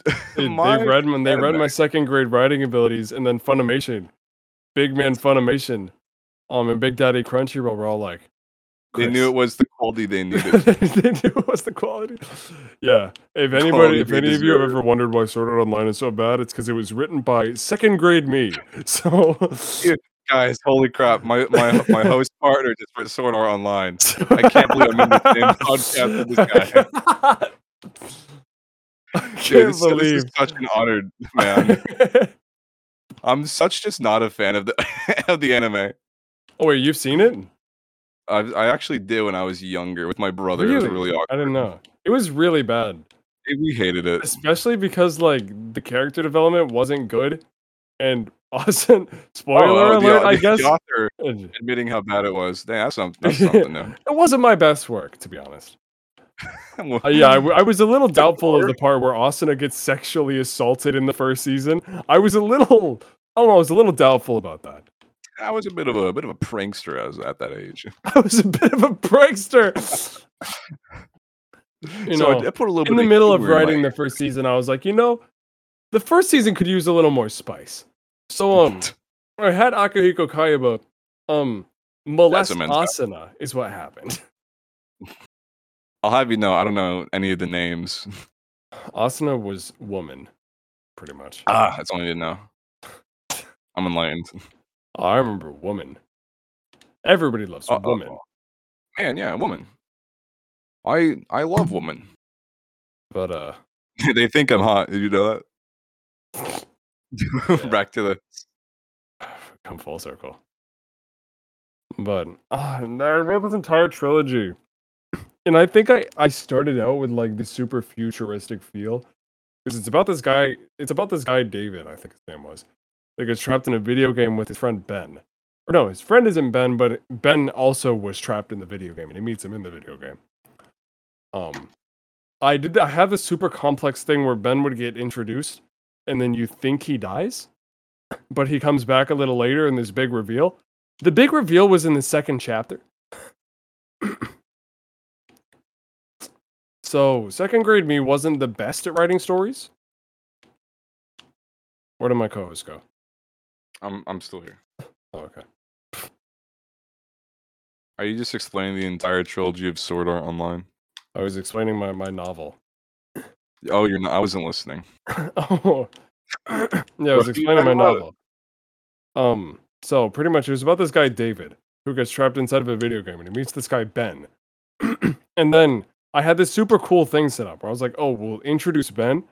Speaker 2: They, they
Speaker 1: My
Speaker 2: read when they read my
Speaker 1: goodness.
Speaker 2: second grade writing abilities, and then Funimation, Big Man Funimation, um, and Big Daddy Crunchyroll were all like,
Speaker 1: they knew it
Speaker 2: "Chris."
Speaker 1: was the quality they needed.
Speaker 2: they knew it was the quality. Yeah. If
Speaker 1: Quality
Speaker 2: anybody, if
Speaker 1: they
Speaker 2: any of you have
Speaker 1: deserve.
Speaker 2: ever wondered why Sword Art Online is so bad, it's because it was written by second grade me. So,
Speaker 1: Guys, holy crap! My my my host partner just wrote Sword Art Online. I can't believe I'm in the same podcast with this guy.
Speaker 2: I
Speaker 1: Dude,
Speaker 2: can't
Speaker 1: this, this
Speaker 2: believe.
Speaker 1: is such an honor, man. I'm such just not a fan of the of the anime.
Speaker 2: oh wait, you've seen it?
Speaker 1: I, I actually did when I was younger with my brother. It was
Speaker 2: Really?
Speaker 1: really awkward.
Speaker 2: I didn't know. It was really bad,
Speaker 1: We hated it.
Speaker 2: especially because like the character development wasn't good, and Austin. Spoiler
Speaker 1: Oh, the-
Speaker 2: alert! I
Speaker 1: the
Speaker 2: guess
Speaker 1: author
Speaker 2: it
Speaker 1: admitting how bad it was. Damn, that's something. That's something new.
Speaker 2: wasn't my best work, to be honest.
Speaker 1: Well,
Speaker 2: Uh, yeah, I, w- I was a little doubtful of the
Speaker 1: work?
Speaker 2: part where Austin gets sexually assaulted in the first season. I was a little, I don't know, I was a little doubtful about that.
Speaker 1: I was a bit of a, a bit of a prankster. I was at that age.
Speaker 2: I was a bit of a prankster. You
Speaker 1: so
Speaker 2: know,
Speaker 1: I, I put a little bit
Speaker 2: in the
Speaker 1: of
Speaker 2: middle of
Speaker 1: humor in my-
Speaker 2: writing the first season, I was like, you know, the first season could use a little more spice. So
Speaker 1: hmm,
Speaker 2: um, I had Akahiko Kaiba um molest
Speaker 1: man's
Speaker 2: Asuna is what happened.
Speaker 1: I'll have you know, I don't know any of the names.
Speaker 2: Asuna was woman, pretty much.
Speaker 1: Ah, that's all I need to know. I'm enlightened.
Speaker 2: I remember woman. Everybody loves
Speaker 1: Uh, uh,
Speaker 2: woman.
Speaker 1: Man, yeah, woman. I I love women.
Speaker 2: But uh,
Speaker 1: they think I'm hot. Did you know that?
Speaker 2: Yeah.
Speaker 1: Back to the
Speaker 2: come full circle. But uh, and I read this entire trilogy, and I think I I started out with like the super futuristic feel, because it's about this guy. It's about this guy David, I think his name was, that gets trapped in a video game with his friend Ben. Or no, his friend isn't Ben, but Ben also was trapped in the video game, and he meets him in the video game. Um, I did. I had this super complex thing where Ben would get introduced, and then you think he dies but he comes back a little later in this big reveal. The big reveal was in the second chapter. so, second grade me wasn't the best at writing stories. Where did my co host go?
Speaker 1: I'm I'm still here.
Speaker 2: Oh, okay.
Speaker 1: Are you just explaining the entire trilogy of Sword Art Online?
Speaker 2: I was explaining my, my novel.
Speaker 1: Oh, you're not I wasn't listening.
Speaker 2: oh. yeah, I
Speaker 1: What
Speaker 2: was
Speaker 1: are you
Speaker 2: explaining
Speaker 1: talking
Speaker 2: my
Speaker 1: about?
Speaker 2: novel. Um, so pretty much it was about this guy David who gets trapped inside of a video game and he meets this guy Ben. and then I had this super cool thing set up where I was like, oh, we'll introduce Ben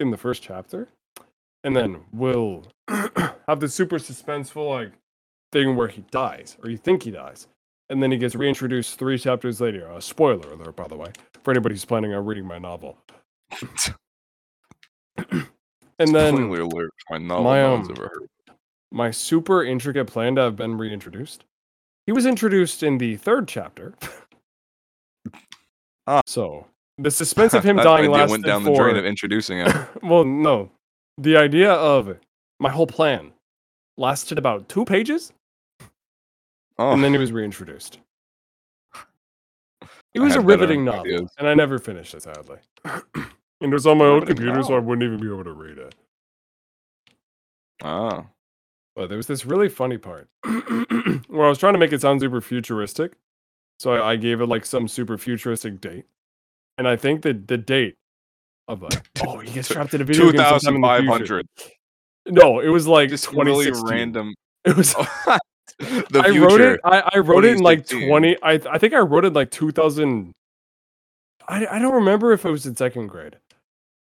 Speaker 2: in the first chapter, and then we'll have this super suspenseful like thing where he dies, or you think he dies. And then he gets reintroduced three chapters later. Uh, spoiler alert, by the way, for anybody who's planning on reading my novel. and then
Speaker 1: Spoiler alert, my novel
Speaker 2: my,
Speaker 1: no one's
Speaker 2: um,
Speaker 1: ever heard.
Speaker 2: my super intricate plan to have been reintroduced. He was introduced in the third chapter.
Speaker 1: Ah.
Speaker 2: So the suspense of him
Speaker 1: That
Speaker 2: dying
Speaker 1: idea
Speaker 2: lasted
Speaker 1: went down
Speaker 2: for.
Speaker 1: the drain of introducing it.
Speaker 2: well, no, the idea of my whole plan lasted about two pages,
Speaker 1: Oh,
Speaker 2: and then he was reintroduced. It
Speaker 1: I
Speaker 2: was
Speaker 1: had
Speaker 2: a
Speaker 1: better
Speaker 2: riveting novel,
Speaker 1: ideas.
Speaker 2: and I never finished it sadly. and it was on my own
Speaker 1: Riveting
Speaker 2: computer, so I
Speaker 1: novel.
Speaker 2: wouldn't even be able to read it.
Speaker 1: ah.
Speaker 2: But there was this really funny part where I was trying to make it sound super futuristic. So I, I gave it like some super futuristic date. And I think that the date of like, oh, he gets trapped in a video game sometime in the future.
Speaker 1: 2500
Speaker 2: No, it was like
Speaker 1: just really
Speaker 2: 2016.
Speaker 1: random
Speaker 2: It was.
Speaker 1: Oh, the
Speaker 2: I
Speaker 1: future
Speaker 2: wrote it. I, I wrote it in like
Speaker 1: 2016.
Speaker 2: twenty. I I think I wrote it like two thousand. I I don't remember if it was in second grade.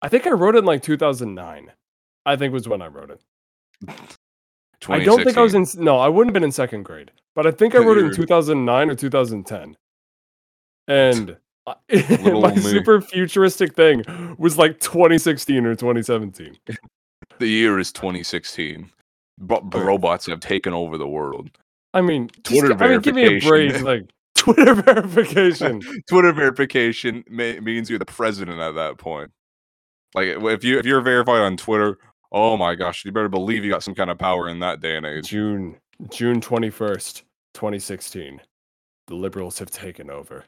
Speaker 2: I think I wrote it in like two thousand nine. I think was when I wrote it. I
Speaker 1: 2016.
Speaker 2: don't think I was in. s- No, I wouldn't have been in second grade, but I think I wrote it in
Speaker 1: You're-
Speaker 2: 2009 or 2010. And I-
Speaker 1: Little
Speaker 2: my
Speaker 1: me.
Speaker 2: super futuristic thing was like 2016 or 2017.
Speaker 1: The year is 2016. But
Speaker 2: Okay.
Speaker 1: robots have taken over the world.
Speaker 2: I mean, just
Speaker 1: Twitter
Speaker 2: g- I mean, give me a break.
Speaker 1: verification.
Speaker 2: Like Twitter verification.
Speaker 1: Twitter verification ma- means you're the president at that point. Like eh, if you if you're verified on Twitter, oh my gosh, you better believe you got some kind of power in that day and age.
Speaker 2: June June 21st, 2016. The liberals have taken over.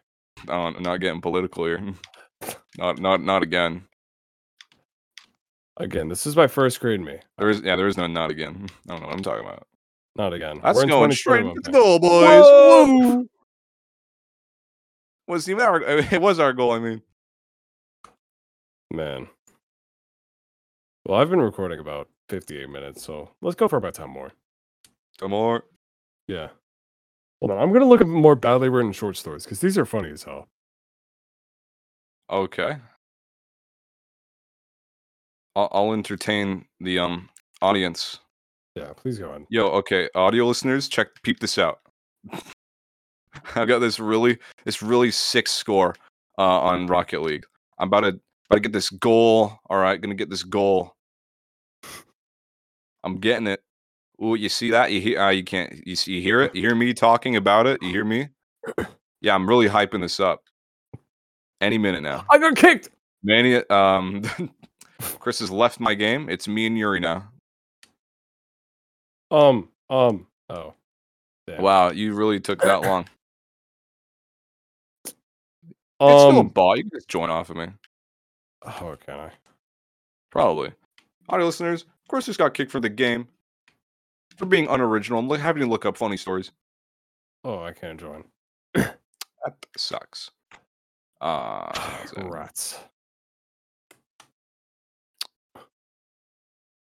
Speaker 1: Oh, I'm not getting political here. Not not not again.
Speaker 2: Again, this is my first grade me.
Speaker 1: There is yeah, there is no not again. I don't know what I'm talking about.
Speaker 2: Not again.
Speaker 1: That's
Speaker 2: We're in
Speaker 1: going straight
Speaker 2: 2021,
Speaker 1: to the
Speaker 2: man.
Speaker 1: goal, boys. Whoa!
Speaker 2: Whoa!
Speaker 1: Was even our it was our goal. I mean,
Speaker 2: Man. Well, I've been recording about 58 minutes, so let's go for about 10 more.
Speaker 1: the more
Speaker 2: Yeah. Hold on. I'm going to look at more badly written short stories because these are funny as hell.
Speaker 1: okay. I'll, I'll entertain the um audience.
Speaker 2: Yeah, please go on.
Speaker 1: Yo, okay, audio listeners, check peep this out. I got this really this really sick score uh, on Rocket League. I'm about to about to get this goal. All right, gonna get this goal. I'm getting it. Ooh, you see that? You hear? Uh, you can't. You see? You hear it? You hear me talking about it? You hear me? Yeah, I'm really hyping this up. Any minute now.
Speaker 2: I got kicked.
Speaker 1: Mania. Um, Chris has left my game. It's me and Yuri now.
Speaker 2: Um, um, oh. Damn.
Speaker 1: Wow, you really took that long. It's still a
Speaker 2: Um,
Speaker 1: ball. You can just join off of me.
Speaker 2: oh, can I?
Speaker 1: Probably. Audio listeners, Chris just got kicked from the game for being unoriginal. I'm li- having to look up funny stories.
Speaker 2: Oh, I can't join.
Speaker 1: That sucks. Uh, so-
Speaker 2: Rats.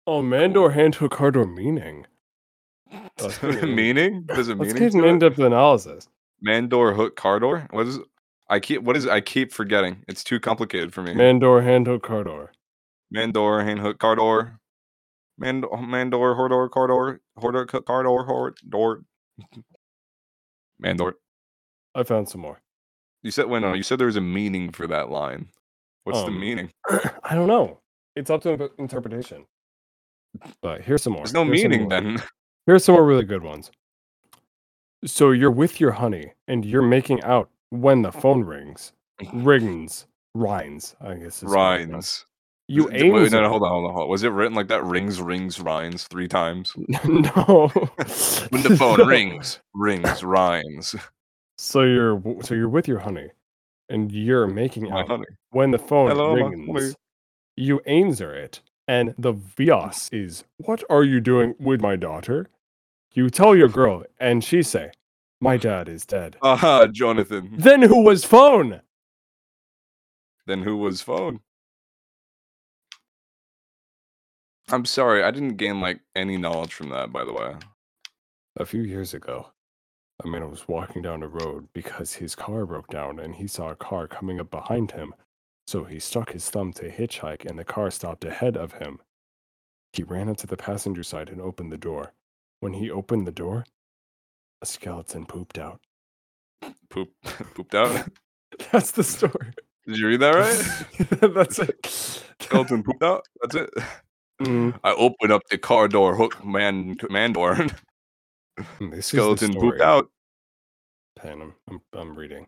Speaker 2: Oh, Mandor hand hook hardor meaning. Oh, That's pretty-
Speaker 1: meaning? There's a
Speaker 2: Let's
Speaker 1: meaning.
Speaker 2: get an
Speaker 1: To it?
Speaker 2: in-depth analysis.
Speaker 1: Mandor hook cardor. What is? I keep. What is? I keep forgetting. It's too complicated for me.
Speaker 2: Mandor hand hook hardor.
Speaker 1: Mandor hand hook cardor. Mandor Mandor hordor cardor hordor cu- cardor hordor. Mandor.
Speaker 2: I found some more.
Speaker 1: You said wait no. You said there was a meaning for that line. What's the
Speaker 2: Um,
Speaker 1: meaning?
Speaker 2: I don't know. It's up to inter- interpretation. But here's some more.
Speaker 1: There's no
Speaker 2: Here's some
Speaker 1: meaning
Speaker 2: more.
Speaker 1: then.
Speaker 2: Here's some more really good ones. So you're with your honey and you're making out when the phone rings. Rings. Rhines, I guess. is what it says.
Speaker 1: Rhines. Is
Speaker 2: You
Speaker 1: it- Wait,
Speaker 2: aim.
Speaker 1: no, no, hold on, hold on, hold on. Was it written like that? Rings, rings, rhines three times.
Speaker 2: no.
Speaker 1: When the phone
Speaker 2: No.
Speaker 1: rings, rings, rhines.
Speaker 2: So you're w- so you're with your honey, and you're making
Speaker 1: My
Speaker 2: out
Speaker 1: honey.
Speaker 2: when the phone
Speaker 1: Hello, my honey.
Speaker 2: rings. You aims are it, and the vios is what are you doing with my daughter? You tell your girl, and she say, "My dad is dead."
Speaker 1: Aha, Jonathan.
Speaker 2: Then who was phone?
Speaker 1: Then who was phone? I'm sorry, I didn't gain like any knowledge from that, by the way.
Speaker 2: A few years ago, a man was walking down a road because his car broke down, and he saw a car coming up behind him. So he stuck his thumb to hitchhike, and the car stopped ahead of him. He ran up to the passenger side and opened the door. When he opened the door, a skeleton pooped out.
Speaker 1: Poop, pooped out.
Speaker 2: That's the story.
Speaker 1: Did you read that right?
Speaker 2: That's it. Mm,
Speaker 1: Skeleton pooped out. That's it. I opened up the car door, hook man, man door. Skeleton pooped out.
Speaker 2: I'm, I'm, I'm reading.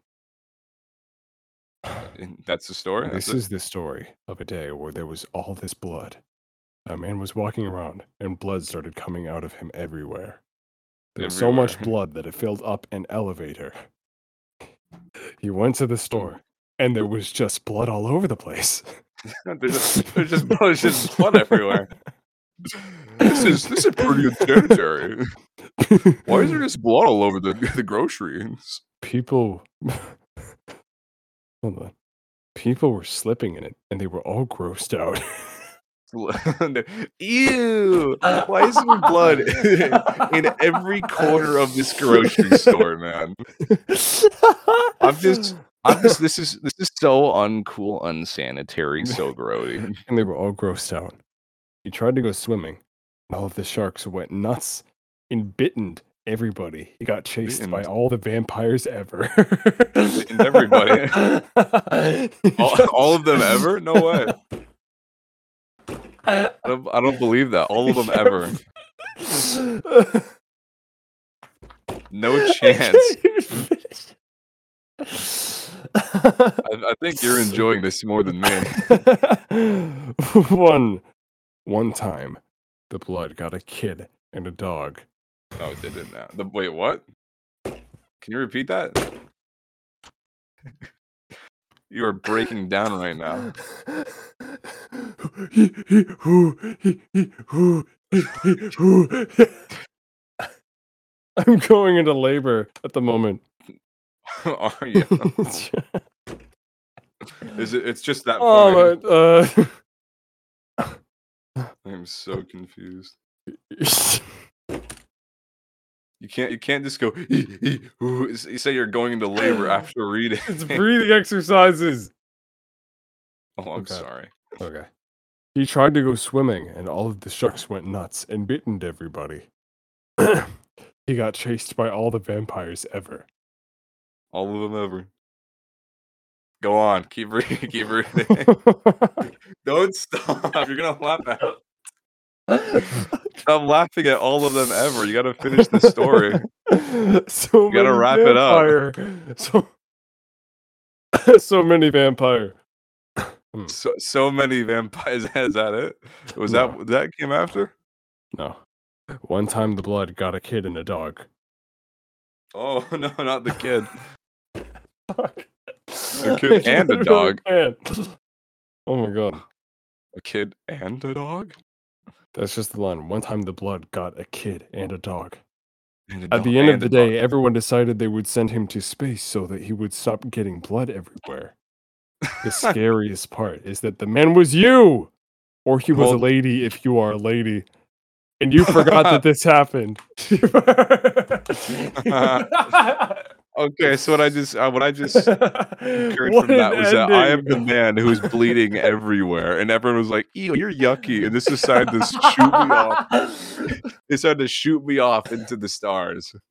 Speaker 1: And That's the story. That's
Speaker 2: This
Speaker 1: it.
Speaker 2: is the story of a day where there was all this blood. A man was walking around, and blood started coming out of him everywhere. There was so much
Speaker 1: Everywhere.
Speaker 2: blood that it filled up an elevator. He went to the store, and there was just blood all over the place.
Speaker 1: there's just, there's just blood, there's just blood everywhere. This is this is pretty good territory. Why is there just blood all over the the groceries?
Speaker 2: people? Hold on. People were slipping in it, and they were all grossed out.
Speaker 1: Ew! Why is there blood in every corner of this grocery store, man? I'm just, I'm just. This is this is so uncool, unsanitary, so grody.
Speaker 2: and they were all grossed out. He tried to go swimming. and All of the sharks went nuts and bitten everybody. He got chased by
Speaker 1: Bittened.
Speaker 2: all the vampires ever.
Speaker 1: Bittened everybody.
Speaker 2: He
Speaker 1: All,
Speaker 2: got-
Speaker 1: all of them ever? No way.
Speaker 2: I
Speaker 1: I don't, I don't believe that. All of them ever. No chance.
Speaker 2: chance.
Speaker 1: I, I think you're enjoying this more than me.
Speaker 2: one, one time, the blood got a kid and a dog.
Speaker 1: No, Oh, it didn't. Now. The, wait, what? Can you repeat that? you are breaking down right now.
Speaker 2: I'm going into labor at the moment.
Speaker 1: are you? Is it? It's just that.
Speaker 2: oh my! Uh,
Speaker 1: funny. I'm so confused. You can't. You can't just go. "E, You say you're going into labor after reading.
Speaker 2: it's breathing exercises.
Speaker 1: Oh, I'm
Speaker 2: Okay.
Speaker 1: sorry.
Speaker 2: Okay. He tried to go swimming, and all of the sharks went nuts and bitten everybody. he got chased by all the vampires ever.
Speaker 1: All of them ever. Go on. Keep reading. Keep reading. Don't stop. You're gonna laugh at. Stop laughing at all of them ever. You gotta finish the story.
Speaker 2: so
Speaker 1: You gotta wrap it up.
Speaker 2: up. So, so many vampire.
Speaker 1: So, so many vampires. Is that it? Was that
Speaker 2: No.
Speaker 1: what that came after?
Speaker 2: No. One time the blood got a kid and a dog.
Speaker 1: Oh no, not the kid.
Speaker 2: a
Speaker 1: kid and a dog.
Speaker 2: Oh my god.
Speaker 1: a kid and a dog.
Speaker 2: That's just the line. One time the blood got a kid and a dog.
Speaker 1: And a
Speaker 2: At
Speaker 1: dog-
Speaker 2: the end
Speaker 1: and
Speaker 2: of the
Speaker 1: a dog.
Speaker 2: day, eh, everyone decided they would send him to space so that he would stop getting blood everywhere. The scariest part is that the man was you, or he was
Speaker 1: Well-
Speaker 2: a lady if you are a lady, and you forgot that this happened.
Speaker 1: Okay, so what I just uh, what I just heard
Speaker 2: What
Speaker 1: from that
Speaker 2: an
Speaker 1: was that I am the
Speaker 2: ending.
Speaker 1: man who's bleeding everywhere, and everyone was like, "Ew, you're yucky," and this decided to shoot me off. They decided to shoot me off into the stars.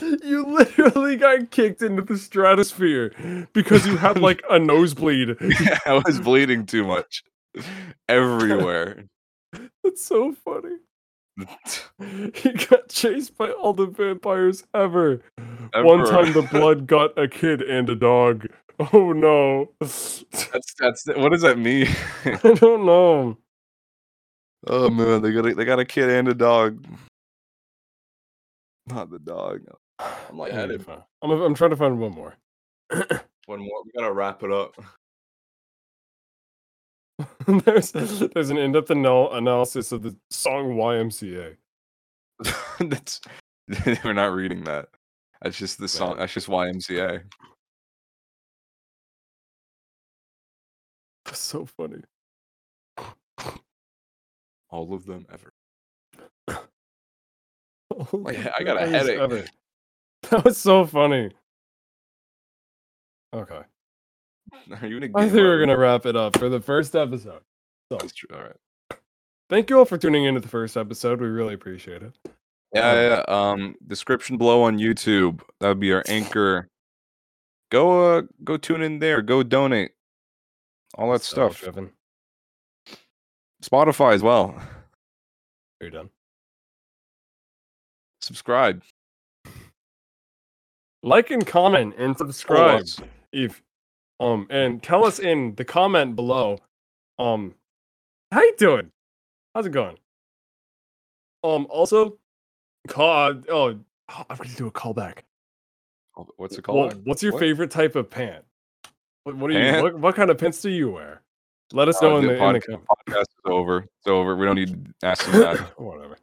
Speaker 2: You literally got kicked into the stratosphere because you had like a nosebleed.
Speaker 1: I was bleeding too much everywhere.
Speaker 2: That's so funny. He got chased by all the vampires ever. One
Speaker 1: Ever.
Speaker 2: time the blood got a kid and a dog. Oh no. I
Speaker 1: That's that's what does that mean?
Speaker 2: don't know.
Speaker 1: Oh man, they got a, they got a kid and a dog. Not the dog. I'm like,
Speaker 2: Hang
Speaker 1: I
Speaker 2: on,
Speaker 1: did
Speaker 2: fine. I'm, I'm trying to find one more.
Speaker 1: one more. We gotta wrap it up.
Speaker 2: there's there's an in-depth anal- analysis of the song YMCA.
Speaker 1: that's we're not reading that. That's just the song. That's just YMCA.
Speaker 2: That's so funny.
Speaker 1: All of them ever.
Speaker 2: All
Speaker 1: My
Speaker 2: the
Speaker 1: he- I got a
Speaker 2: vampires
Speaker 1: headache.
Speaker 2: ever. That was so funny. Okay.
Speaker 1: Are you gonna?
Speaker 2: I
Speaker 1: game
Speaker 2: think we're
Speaker 1: over?
Speaker 2: gonna wrap it up for the first episode.
Speaker 1: That's true. All right.
Speaker 2: Thank you all for tuning into the first episode. We really appreciate it. Um,
Speaker 1: Yeah, yeah. Um, description below on YouTube. That would be our anchor. Go, uh, go tune in there. Go donate. All that
Speaker 2: So,
Speaker 1: stuff.
Speaker 2: Kevin,
Speaker 1: Spotify as well.
Speaker 2: You're done.
Speaker 1: Subscribe.
Speaker 2: Like and comment and
Speaker 1: Follow
Speaker 2: subscribe
Speaker 1: us.
Speaker 2: if um and tell us in the comment below um how you doing? How's it going? Um also call oh oh, I'm gonna do a callback.
Speaker 1: Oh, What's it
Speaker 2: Well,
Speaker 1: called?
Speaker 2: what's your
Speaker 1: What?
Speaker 2: favorite type of pant? What, what do you
Speaker 1: Pant?
Speaker 2: what, what kind of pants do you wear? Let us know
Speaker 1: Uh,
Speaker 2: in
Speaker 1: the
Speaker 2: the, in the
Speaker 1: podcast-
Speaker 2: comments.
Speaker 1: podcast is over. It's over. We don't need to ask them that.
Speaker 2: whatever.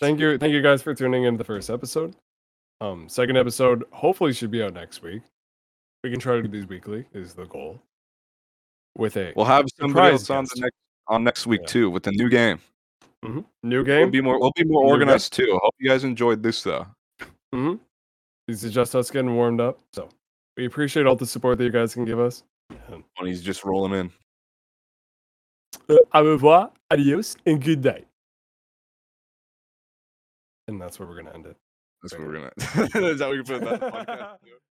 Speaker 2: Thank you, thank you guys for tuning in to the first episode. Um, second episode hopefully should be out next week. We can try to do these weekly is the goal. With a
Speaker 1: We'll have somebody
Speaker 2: Surprise
Speaker 1: else on
Speaker 2: guest.
Speaker 1: the next on next week
Speaker 2: Yeah.
Speaker 1: too with a new game.
Speaker 2: new
Speaker 1: We'll
Speaker 2: game.
Speaker 1: be more. We'll be more
Speaker 2: New game.
Speaker 1: organized too. Hope you guys enjoyed this though.
Speaker 2: These are just us getting warmed up. So we appreciate all the support that you guys can give us.
Speaker 1: Money's just rolling in.
Speaker 2: Uh, au revoir, adios, and good night. And that's where we're gonna end it.
Speaker 1: That's what we're gonna. is that what you put that? podcast?